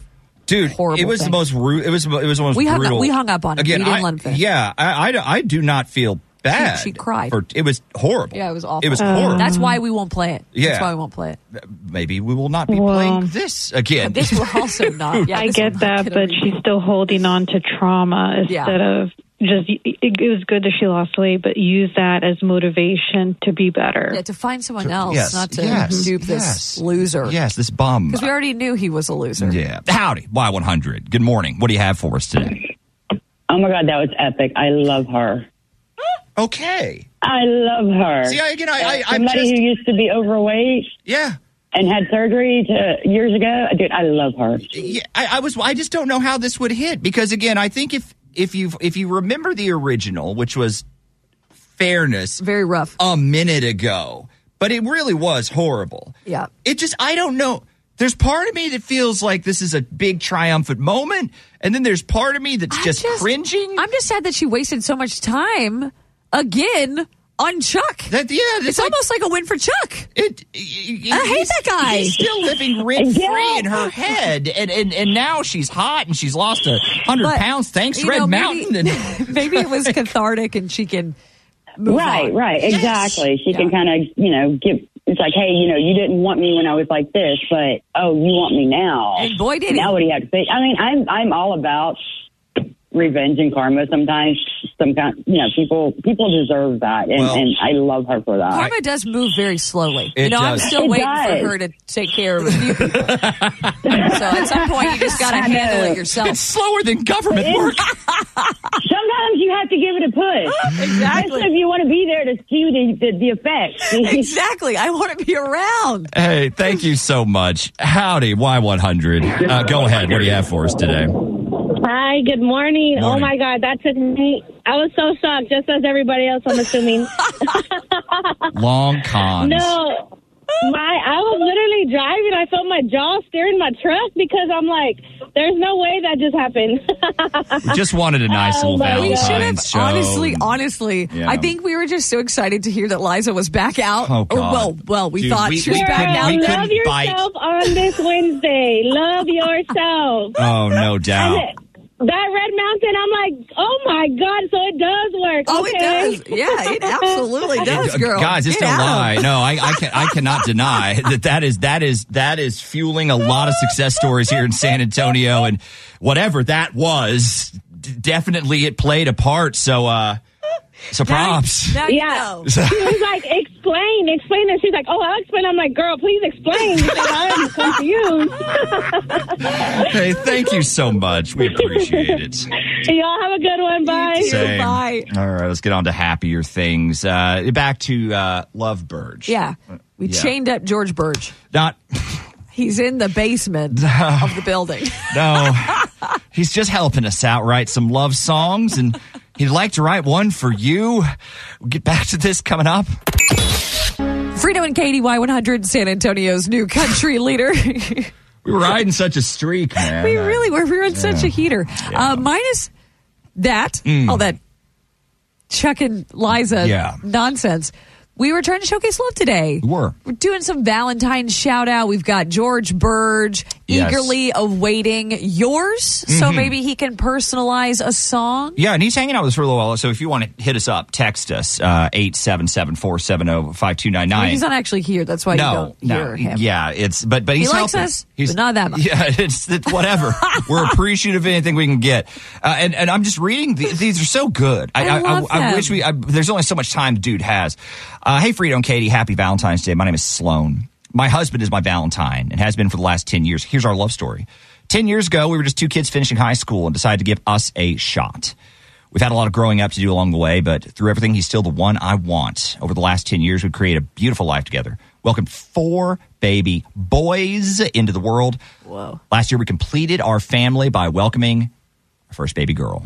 Speaker 3: dude.
Speaker 4: horrible
Speaker 3: It was the
Speaker 4: things.
Speaker 3: most rude. It was. It was the most
Speaker 4: We hung up-
Speaker 3: brutal.
Speaker 4: we hung up on it.
Speaker 3: Again,
Speaker 4: We didn't
Speaker 3: I,
Speaker 4: let him finish.
Speaker 3: Yeah, I, I, I do not feel bad.
Speaker 4: she cried.
Speaker 3: For, it was horrible.
Speaker 4: Yeah, it was awful.
Speaker 3: It was horrible.
Speaker 4: That's why we won't play it.
Speaker 3: Yeah.
Speaker 4: That's why we won't play it.
Speaker 3: Maybe we will not be playing this again.
Speaker 4: This will also not. Yeah,
Speaker 18: I
Speaker 4: this
Speaker 18: get
Speaker 4: will not
Speaker 18: that,
Speaker 4: get
Speaker 18: but she's still holding on to trauma
Speaker 4: Yeah.
Speaker 18: instead of just. It, it was good that she lost weight, but use that as motivation to be better.
Speaker 4: Yeah, to find someone else,
Speaker 3: yes,
Speaker 4: not to
Speaker 3: yes,
Speaker 4: dupe
Speaker 3: yes.
Speaker 4: this loser.
Speaker 3: yes, this bum.
Speaker 4: Because we already knew he was a loser.
Speaker 3: Yeah. Howdy, Y one hundred. Good morning. What do you have for us today?
Speaker 20: Oh my god, that was epic. I love her.
Speaker 3: Okay.
Speaker 20: I love her.
Speaker 3: See, I- again, I-
Speaker 20: Uh,
Speaker 3: I- I'm
Speaker 20: somebody
Speaker 3: just-
Speaker 20: who used to be overweight.
Speaker 3: Yeah.
Speaker 20: And had surgery to, years ago. Dude, I love her.
Speaker 3: Yeah, I, I was. I just don't know how this would hit because again, I think if if you if you remember the original, which was fairness,
Speaker 4: very rough
Speaker 3: a minute ago, but it really was horrible.
Speaker 4: Yeah.
Speaker 3: It just I don't know. There's part of me that feels like this is a big triumphant moment, and then there's part of me that's just, cringing.
Speaker 4: I'm just sad that she wasted so much time again on Chuck.
Speaker 3: That, yeah,
Speaker 4: it's almost like a win for Chuck.
Speaker 3: It,
Speaker 4: I hate
Speaker 3: he's-
Speaker 4: that guy.
Speaker 3: He's still living rent free in her head, and, and and now she's hot and she's lost a hundred
Speaker 4: But,
Speaker 3: pounds thanks to
Speaker 4: you
Speaker 3: Red
Speaker 4: know, maybe-
Speaker 3: Mountain. And
Speaker 4: Maybe it was cathartic and she can move
Speaker 20: right,
Speaker 4: on.
Speaker 20: right, exactly. She can kind of, you know, give. It's like, hey, you know, you didn't want me when I was like this, but oh, you want me now.
Speaker 4: And boy, did he.
Speaker 20: now what do you have to say? I mean, I'm I'm all about revenge and karma. Sometimes, some kind, you know, people people deserve that, and,
Speaker 4: Well-
Speaker 20: and I love her for
Speaker 3: Uh,
Speaker 20: that.
Speaker 4: Karma does move very slowly. you
Speaker 20: It
Speaker 4: know,
Speaker 20: does.
Speaker 4: I'm still
Speaker 20: It
Speaker 4: waiting
Speaker 20: does.
Speaker 4: for her to take care of a few people. so at some point, you just got to
Speaker 20: I
Speaker 4: handle
Speaker 20: know.
Speaker 4: it yourself.
Speaker 20: It's
Speaker 3: slower than government work.
Speaker 20: Sometimes you have to give it a push.
Speaker 4: Exactly.
Speaker 20: Especially if you want to be there to see the, the, the effects.
Speaker 4: exactly. I want to be around.
Speaker 3: Hey, thank you so much. Howdy, Y100. Uh, go ahead. What do you have for us today?
Speaker 21: Hi, good morning. Oh
Speaker 3: Morning.
Speaker 21: my God, that took me. I was so shocked, just as everybody else, I'm assuming.
Speaker 3: Long cons.
Speaker 21: no, my I was literally driving. I felt my jaw steering my truck because I'm like, there's no way that just happened.
Speaker 3: We just wanted a nice
Speaker 20: Oh,
Speaker 3: little
Speaker 4: We
Speaker 3: Valentine's
Speaker 4: should have
Speaker 3: show.
Speaker 4: honestly, honestly.
Speaker 3: Yeah.
Speaker 4: I think we were just so excited to hear that Liza was back out.
Speaker 3: Oh, God.
Speaker 4: Or, well, well, we
Speaker 3: Dude,
Speaker 4: thought
Speaker 3: we-
Speaker 4: she was
Speaker 3: we
Speaker 4: back
Speaker 3: couldn't-
Speaker 4: out.
Speaker 3: we couldn't
Speaker 21: Love yourself on this Wednesday. Love yourself.
Speaker 3: Oh, no doubt.
Speaker 21: And that red mountain, I'm like, oh my god! So it does work.
Speaker 5: Oh, it
Speaker 21: okay.
Speaker 5: does. Yeah, it absolutely does,
Speaker 3: Uh,
Speaker 5: girl.
Speaker 3: Guys, it's
Speaker 5: Get
Speaker 3: no
Speaker 5: out.
Speaker 3: lie. No, I, I can I cannot deny that that is that is that is fueling a lot of success stories here in San Antonio and whatever that was, d- definitely it played a part. So uh so props.
Speaker 21: yeah. she was like, explain, explain. And she's like, oh, I'll explain. I'm like, girl, please explain. Because I'm confused.
Speaker 3: Hey, thank you so much. We appreciate it.
Speaker 21: Y'all have a good one. Bye.
Speaker 3: Same. All right, let's get on to happier things. Uh back to uh Love Bird.
Speaker 4: Yeah. We
Speaker 3: Yeah.
Speaker 4: chained up George Birch.
Speaker 3: Not
Speaker 4: He's in the basement of the building.
Speaker 3: No, he's just helping us out write some love songs, and he'd like to write one for you. We'll get back to this coming up.
Speaker 4: Frito and Katie Y100, San Antonio's new country leader.
Speaker 3: We were riding such a streak, man.
Speaker 4: we really were. We were in such a
Speaker 3: Yeah.
Speaker 4: heater. Uh, minus that,
Speaker 3: Mm.
Speaker 4: all that Chuck and Liza
Speaker 3: Yeah.
Speaker 4: nonsense. We were trying to showcase love today. We
Speaker 3: were.
Speaker 4: We're doing some Valentine shout out. We've got George Burge
Speaker 3: Yes.
Speaker 4: eagerly awaiting yours. So
Speaker 3: Mhm.
Speaker 4: maybe he can personalize a song.
Speaker 3: Yeah, and he's hanging out with us for a little while. So if you want to hit us up, text us uh, eight seven seven four seven zero five two nine
Speaker 4: I mean,
Speaker 3: nine.
Speaker 4: he's not actually here. That's why
Speaker 3: No,
Speaker 4: you don't
Speaker 3: no,
Speaker 4: hear him.
Speaker 3: yeah, it's but but
Speaker 4: He
Speaker 3: he's
Speaker 4: likes
Speaker 3: helping.
Speaker 4: us,
Speaker 3: He's
Speaker 4: but not that much.
Speaker 3: Yeah, it's, it's whatever. We're appreciative of anything we can get, uh, and and I'm just reading the, these are so good.
Speaker 4: I love
Speaker 3: I,
Speaker 4: them.
Speaker 3: wish we. I, there's only so much time, dude has. Uh, hey, Frito and Katie, happy Valentine's Day. My name is Sloan. My husband is my Valentine and has been for the last ten years. Here's our love story. Ten years ago, we were just two kids finishing high school and decided to give us a shot. We've had a lot of growing up to do along the way, but through everything, he's still the one I want. Over the last 10 years, we've created a beautiful life together. Welcomed four baby boys into the world. Whoa. Last year, we completed our family by welcoming our first baby girl.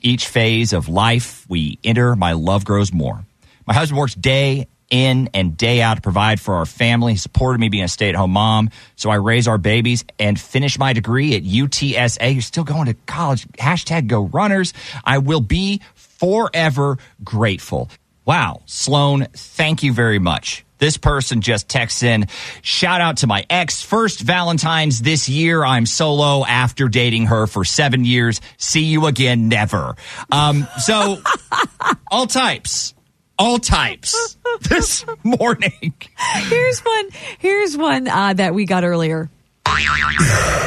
Speaker 3: Each phase of life we enter, my love grows more. My husband works day in and day out to provide for our family. He supported me being a stay at home mom. So I raise our babies and finish my degree at UTSA. You're still going to college. Hashtag go runners. I will be forever grateful. Wow. Sloan, thank you very much. This person just texts in, shout out to my ex. First Valentine's this year. I'm solo after dating her for seven years. See you again, never. Um, so all types, all types this morning.
Speaker 4: Here's one. Here's one uh, that we got earlier.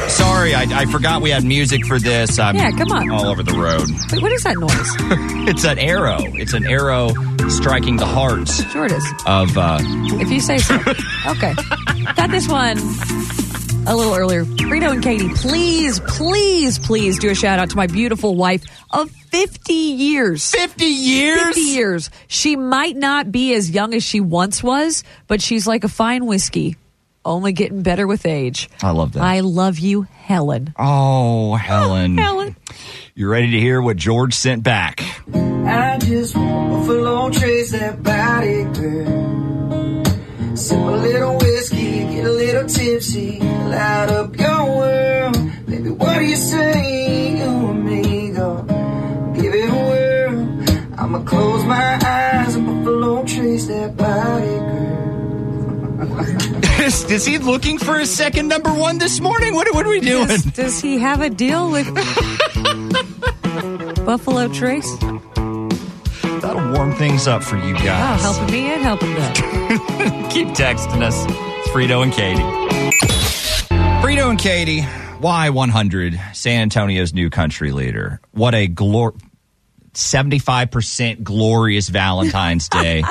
Speaker 3: Sorry, I, I forgot we had music for this. I'm
Speaker 4: Yeah, come on.
Speaker 3: All over the road.
Speaker 4: Wait, what is that noise?
Speaker 3: It's an arrow. It's an arrow striking the heart
Speaker 4: Sure it is.
Speaker 3: of. Uh,
Speaker 4: If you say so. Okay. Got this one a little earlier. Reno and Katie, please, please, please do a shout out to my beautiful wife of 50 years.
Speaker 3: 50 years?
Speaker 4: 50 years. She might not be as young as she once was, but she's like a fine whiskey, only getting better with age.
Speaker 3: I love that.
Speaker 4: I love you, Helen.
Speaker 3: oh, Helen.
Speaker 4: Helen.
Speaker 3: You ready to hear what George sent back?
Speaker 9: I just want a full on trace that body, girl. Sip a little whiskey, get a little tipsy, light up your world. Baby, what do you say, you and me, go? Give it a whirl. I'ma close my eyes, I'ma full on trace that body,
Speaker 3: is, is he looking for his second number one this morning? What, what are we doing?
Speaker 4: Does, does he have a deal with Buffalo Trace?
Speaker 3: That'll warm things up for you
Speaker 4: Wow,
Speaker 3: guys.
Speaker 4: Oh, helping me and helping them.
Speaker 3: Keep texting us. It's Frito and Katie. Frito and Katie, Y100, San Antonio's new country leader. What a glor 75% glorious Valentine's Day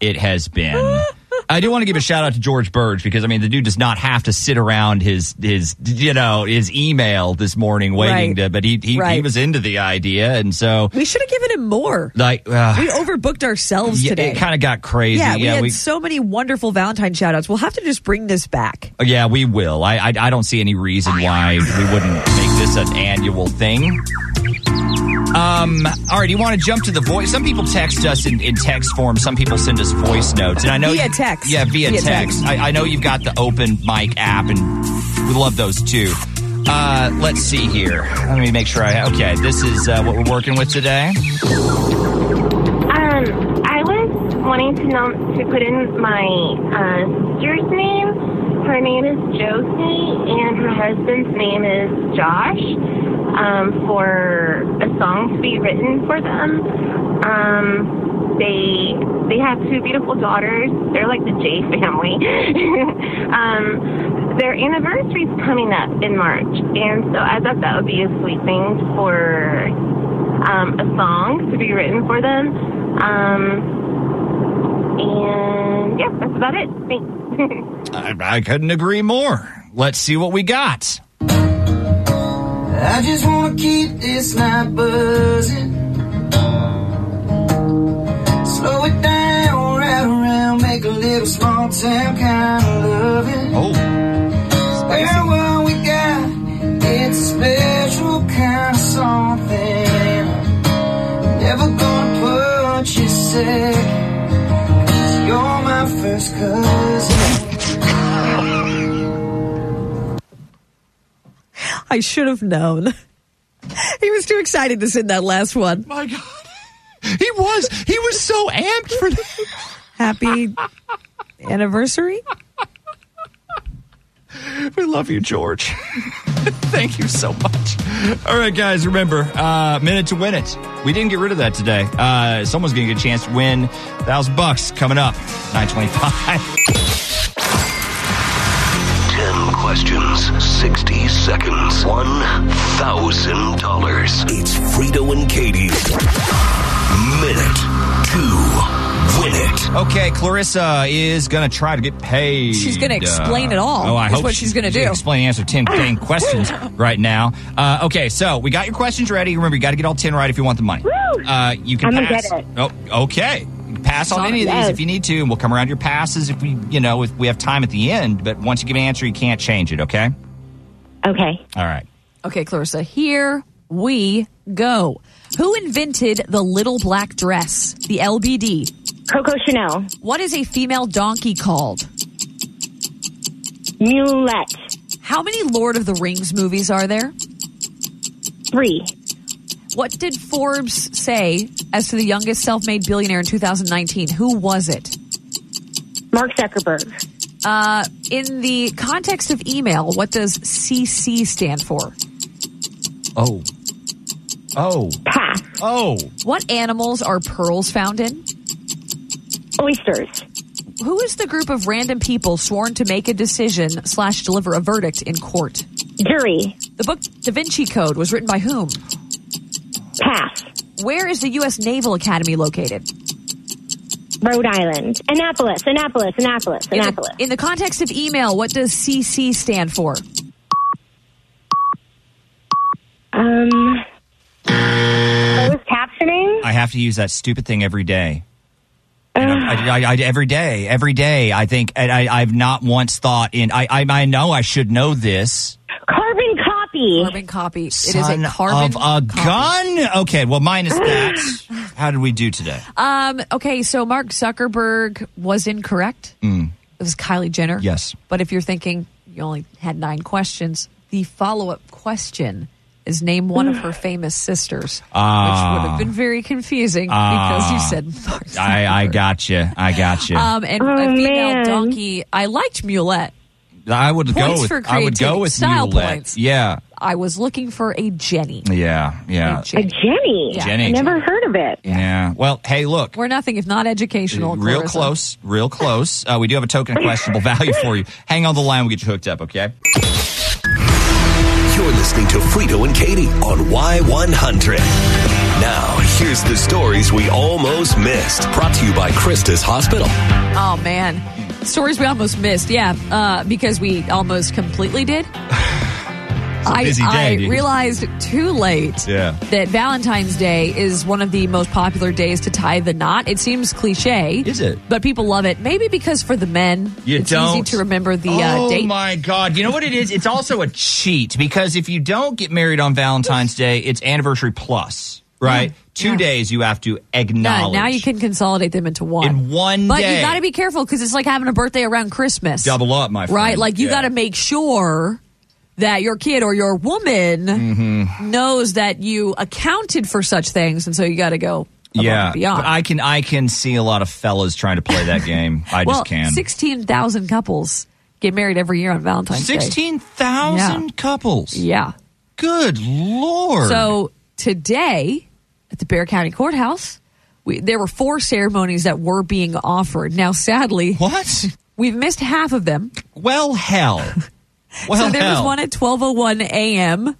Speaker 3: it has been. I do want to give a shout out to George Burge because I mean the dude does not have to sit around his his you know his email this morning waiting
Speaker 4: Right.
Speaker 3: to but he he, he
Speaker 4: Right.
Speaker 3: was into the idea and so
Speaker 4: We should have given him more.
Speaker 3: like uh,
Speaker 4: we overbooked ourselves
Speaker 3: yeah,
Speaker 4: today.
Speaker 3: it kind of got crazy
Speaker 4: Yeah, we had so many wonderful Valentine shout outs. We'll have to just bring this back.
Speaker 3: Yeah, we will. I, I I don't see any reason why we wouldn't make this an annual thing. Um. All right. You want to jump to the voice? Some people text us in, in text form. Some people send us voice notes, and I know
Speaker 4: Via text.
Speaker 3: Yeah, via,
Speaker 4: Via
Speaker 3: text.
Speaker 4: text.
Speaker 3: I, I know you've got the open mic app, and we love those too. Uh, let's see here. Let me make sure I. Okay, this is uh, what we're working with today.
Speaker 12: Um, I was wanting to know to put in my uh, sister's name. Her name is Josie, and her husband's name is Josh.
Speaker 22: um, for a song to be written for them. Um, they they have two beautiful daughters. They're like the J family. um, their anniversary's coming up in March, and so I thought that would be a sweet thing for um, a song to be written for them. Um, and yeah, that's about it. Thanks.
Speaker 3: I, I couldn't agree more. Let's see what we got.
Speaker 9: I just wanna keep this night buzzing. Slow it down, right around, make a little small town kind of loving. Oh. Spare what we got, it's a special kind of something. Never gonna put you second, cause you're my first cousin.
Speaker 5: I should have known. he was too excited to sing that last one.
Speaker 3: My God. He was. He was so amped for that.
Speaker 5: Happy anniversary.
Speaker 3: We love you, George. Thank you so much. All right, guys, remember, uh, minute to win it. We didn't get rid of that today. Uh, someone's going to get a chance to win 1000 bucks coming up, 925.
Speaker 1: 10 questions, 60 seconds, $1,000. It's Frito and Katie's Minute to Win It.
Speaker 3: Okay, Clarissa is going to try to get paid.
Speaker 5: She's gonna explain it all,
Speaker 3: Oh, I
Speaker 5: is
Speaker 3: hope
Speaker 5: what she's gonna do.
Speaker 3: Explain and answer 10 dang questions right now. Uh, okay, so we got your questions ready. Remember, you got to get all 10 right if you want the money. Uh, you can
Speaker 19: I'm gonna
Speaker 3: pass.
Speaker 19: get it.
Speaker 3: Oh, okay. You can Pass on any of these
Speaker 19: Yes.
Speaker 3: if you need to, and we'll come around your passes if we, you know, if we have time at the end. But once you give an answer, you can't change it. Okay.
Speaker 19: Okay.
Speaker 3: All right.
Speaker 4: Okay, Clarissa, here we go. Who invented the little black dress, the LBD?
Speaker 19: Coco Chanel.
Speaker 4: What is a female donkey called?
Speaker 19: Mulette.
Speaker 4: How many Lord of the Rings movies are there?
Speaker 19: Three.
Speaker 4: What did Forbes say as to the youngest self made billionaire in 2019? Who was it?
Speaker 19: Mark Zuckerberg.
Speaker 4: Uh, in the context of email, what does CC stand for?
Speaker 3: Oh. Oh.
Speaker 19: Pass.
Speaker 3: Oh.
Speaker 4: What animals are pearls found in?
Speaker 19: Oysters.
Speaker 4: Who is the group of random people sworn to make a decision slash deliver a verdict in court?
Speaker 19: Jury.
Speaker 4: The book Da Vinci Code was written by whom?
Speaker 19: Pass.
Speaker 4: Where is the U.S. Naval Academy located?
Speaker 19: Rhode Island. Annapolis. Annapolis. Annapolis.
Speaker 4: In
Speaker 19: Annapolis.
Speaker 4: the, in the context of email, what does CC stand for?
Speaker 19: Um. Closed captioning.
Speaker 3: I have to use that stupid thing every day. And I'm- I, I, I- every day, every day, I think, and I, I've not once thought in. I, I, I know I should know this.
Speaker 19: Carbon copy.
Speaker 4: Carbon copy. it
Speaker 3: Son
Speaker 4: is a carbon.
Speaker 3: of a gun. Okay, well, minus that. How did we do today?
Speaker 4: um, okay, so Mark Zuckerberg was incorrect.
Speaker 3: Mm.
Speaker 4: It was Kylie Jenner.
Speaker 3: Yes.
Speaker 4: But if you're thinking you only had nine questions, the follow up question is name one of her famous sisters, which would
Speaker 3: Ah.
Speaker 4: have been very confusing because you
Speaker 3: Ah.
Speaker 4: said Mark.
Speaker 3: I, I got you. I got you.
Speaker 4: Um, and
Speaker 19: Oh,
Speaker 4: a female donkey. I liked Mulette.
Speaker 3: I would
Speaker 4: points
Speaker 3: go with.
Speaker 4: for
Speaker 3: I would go
Speaker 4: creativity.
Speaker 3: with
Speaker 4: Style
Speaker 3: Mulette.
Speaker 4: points.
Speaker 3: Yeah,
Speaker 4: I was looking for a Jenny.
Speaker 3: yeah, yeah,
Speaker 4: A
Speaker 19: Jenny.
Speaker 3: Yeah. Jenny. I never
Speaker 19: heard of it.
Speaker 3: yeah. Well, hey, look.
Speaker 4: We're nothing if not educational.
Speaker 3: Real
Speaker 4: Clarissa.
Speaker 3: close, real close. Uh, we do have a token of questionable value for you. Hang on the line, we'll get you hooked up, okay?
Speaker 1: You're listening to Frito and Katie on Y100. Now, here's the stories we almost missed. Brought to you by Christus Hospital.
Speaker 4: Oh man, stories we almost missed. Yeah, uh, because we almost completely did. I,
Speaker 23: busy day,
Speaker 4: I
Speaker 23: dude.
Speaker 4: realized too late
Speaker 23: Yeah.
Speaker 4: that Valentine's Day is one of the most popular days to tie the knot. It seems cliche,
Speaker 3: Is it?
Speaker 4: But people love it. Maybe because for the men,
Speaker 3: You
Speaker 4: it's easy
Speaker 3: don't?
Speaker 4: to remember the uh,
Speaker 3: oh
Speaker 4: date.
Speaker 3: my God. You know what it is? It's also a cheat because if you don't get married on Valentine's Day, it's anniversary plus, right? Two days you have to
Speaker 4: Yeah,
Speaker 3: acknowledge.
Speaker 4: now you can consolidate them into one.
Speaker 3: In one
Speaker 4: but
Speaker 3: day.
Speaker 4: you got to be careful because it's like having a birthday around Christmas.
Speaker 3: Double up, my friend.
Speaker 4: Right? Like you
Speaker 3: Yeah.
Speaker 4: got to make sure that your kid or your woman
Speaker 3: Mm-hmm.
Speaker 4: knows that you accounted for such things, and so you got to go.
Speaker 3: yeah,
Speaker 4: beyond.
Speaker 3: but I can I can see a lot of fellas trying to play that game. I
Speaker 4: well,
Speaker 3: just can.
Speaker 4: Sixteen thousand couples get married every year on Valentine's Day.
Speaker 3: 16,000 couples.
Speaker 4: Yeah.
Speaker 3: Good lord.
Speaker 4: So today at the Bear County Courthouse, we, there were four ceremonies that were being offered. Now, sadly,
Speaker 3: what
Speaker 4: we've missed half of them.
Speaker 3: Well, hell. Well,
Speaker 4: so there was
Speaker 3: hell.
Speaker 4: one at twelve oh one a.m.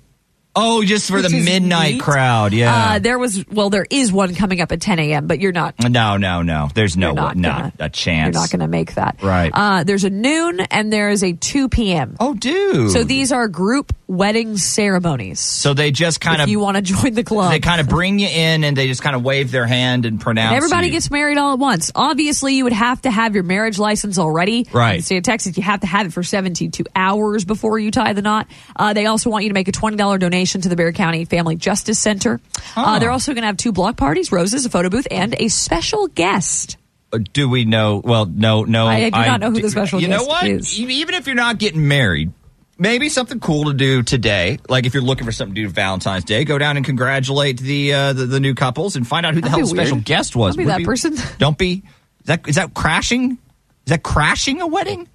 Speaker 3: Oh, just for the
Speaker 4: Which is
Speaker 3: midnight
Speaker 4: neat.
Speaker 3: crowd. Yeah.
Speaker 4: Uh, there was well, there is one coming up at ten a.m. But you're not
Speaker 3: no, no, no. There's no
Speaker 4: You're
Speaker 3: not,
Speaker 4: not
Speaker 3: not a chance.
Speaker 4: You're not going to make that.
Speaker 3: Right.
Speaker 4: Uh, there's a noon and there is a 2 p.m.
Speaker 3: Oh, dude.
Speaker 4: So these are group wedding ceremonies.
Speaker 3: so they just kind
Speaker 4: if
Speaker 3: of
Speaker 4: you want to join the club.
Speaker 3: they kind of bring you in and they just kind of wave their hand and pronounce.
Speaker 4: And everybody
Speaker 3: you.
Speaker 4: gets married all at once. Obviously, you would have to have your marriage license already.
Speaker 3: Right.
Speaker 4: In the state of Texas, you have to have it for 72 hours before you tie the knot. Uh, they also want you to make a $20 donation to the Bear County Family Justice Center. Uh,
Speaker 3: Oh.
Speaker 4: they're also going to have two block parties, roses, a photo booth, and a special guest.
Speaker 3: Uh, Do we know? Well, no, no.
Speaker 4: I do not know who the special
Speaker 3: You know
Speaker 4: guest
Speaker 3: what?
Speaker 4: is.
Speaker 3: E- Even if you're not getting married, maybe something cool to do today. Like if you're looking for something to do Valentine's Day, go down and congratulate the uh, the, the new couples and find out who the
Speaker 4: That'd
Speaker 3: hell
Speaker 4: be
Speaker 3: the special
Speaker 4: weird.
Speaker 3: guest was.
Speaker 4: I'll be
Speaker 3: Would
Speaker 4: that person.
Speaker 3: Don't be. Is that is that crashing? Is that crashing a wedding?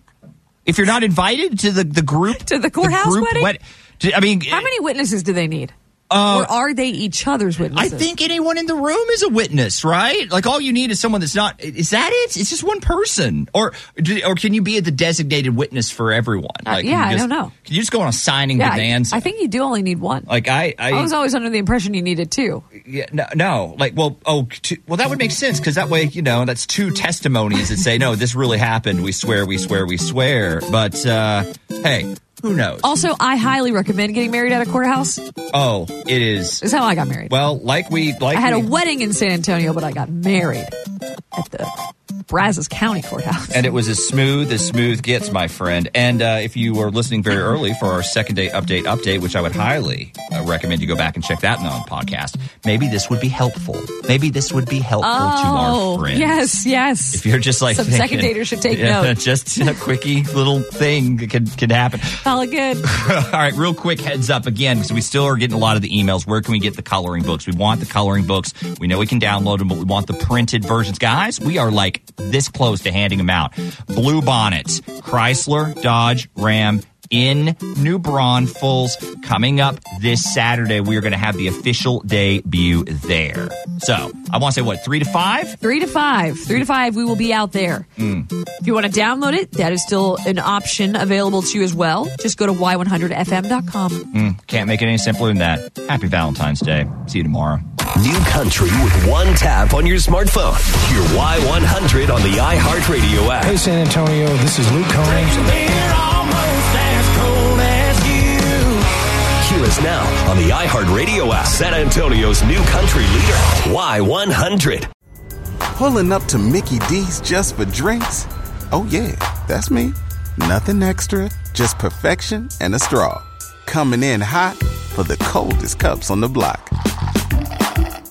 Speaker 3: If you're not invited to the the group to
Speaker 4: the courthouse
Speaker 3: group
Speaker 4: wedding?
Speaker 3: wed- to- I mean,
Speaker 4: How many witnesses do they need?
Speaker 3: Uh,
Speaker 4: or are they each other's
Speaker 3: I
Speaker 4: witnesses?
Speaker 3: think anyone in the room is a witness, right? Like all you need is someone that's not. Is that it? It's just one person, or do- or can you be the designated witness for everyone? Like,
Speaker 4: Uh, yeah,
Speaker 3: can you
Speaker 4: I don't
Speaker 3: just-
Speaker 4: know.
Speaker 3: Can you just go on a signing
Speaker 4: Yeah, I-
Speaker 3: bonanza?
Speaker 4: I, think you do only need one.
Speaker 3: like I, I,
Speaker 4: I, was always under the impression you needed two.
Speaker 3: yeah, no, no, like well, oh, two, well, that would make sense because that way, you know, that's two testimonies that say, no, this really happened. We swear, we swear, we swear. But uh, hey, who knows?
Speaker 4: Also, I highly recommend getting married at a courthouse.
Speaker 3: Oh, it is.
Speaker 4: Is how I got married.
Speaker 3: Well, like we, like
Speaker 4: I had a
Speaker 3: we-
Speaker 4: wedding in San Antonio, but I got married at the Brazos County Courthouse.
Speaker 3: And it was as smooth as smooth gets, my friend. And uh, if you were listening very early for our second day update update, which I would highly uh, recommend you go back and check that on the podcast, maybe this would be helpful. Maybe this would be helpful to our
Speaker 4: Oh,
Speaker 3: friends.
Speaker 4: yes, yes.
Speaker 3: If you're just like
Speaker 4: Some second
Speaker 3: thinking,
Speaker 4: daters should take
Speaker 3: yeah,
Speaker 4: note.
Speaker 3: Just a quickie little thing that could, could happen.
Speaker 4: All good.
Speaker 3: All right, real quick heads up again, because we still are getting a lot of the emails. Where can we get the coloring books? We want the coloring books. We know we can download them, but we want the printed versions. Guys, we are like this close to handing them out. Blue Bonnets, Chrysler, Dodge, Ram, in New Braunfels coming up this Saturday. We are going to have the official debut there. So I want to say what, three to five?
Speaker 4: Three to five. Three to five, we will be out there.
Speaker 3: Mm.
Speaker 4: If you want to download it, that is still an option available to you as well. Just go to y100fm.com.
Speaker 3: Mm, can't make it any simpler than that. Happy Valentine's Day. See you tomorrow.
Speaker 1: New country with one tap on your smartphone. Your Y100 on the iHeartRadio app.
Speaker 2: Hey, San Antonio, this is Luke
Speaker 1: Hear us now on the iHeartRadio app. San Antonio's new country leader, Y100.
Speaker 6: Pulling up to Mickey D's just for drinks? Oh, yeah, that's me. Nothing extra, just perfection and a straw. Coming in hot for the coldest cups on the block.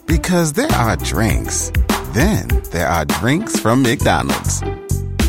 Speaker 6: Because there are drinks, then there are drinks from McDonald's.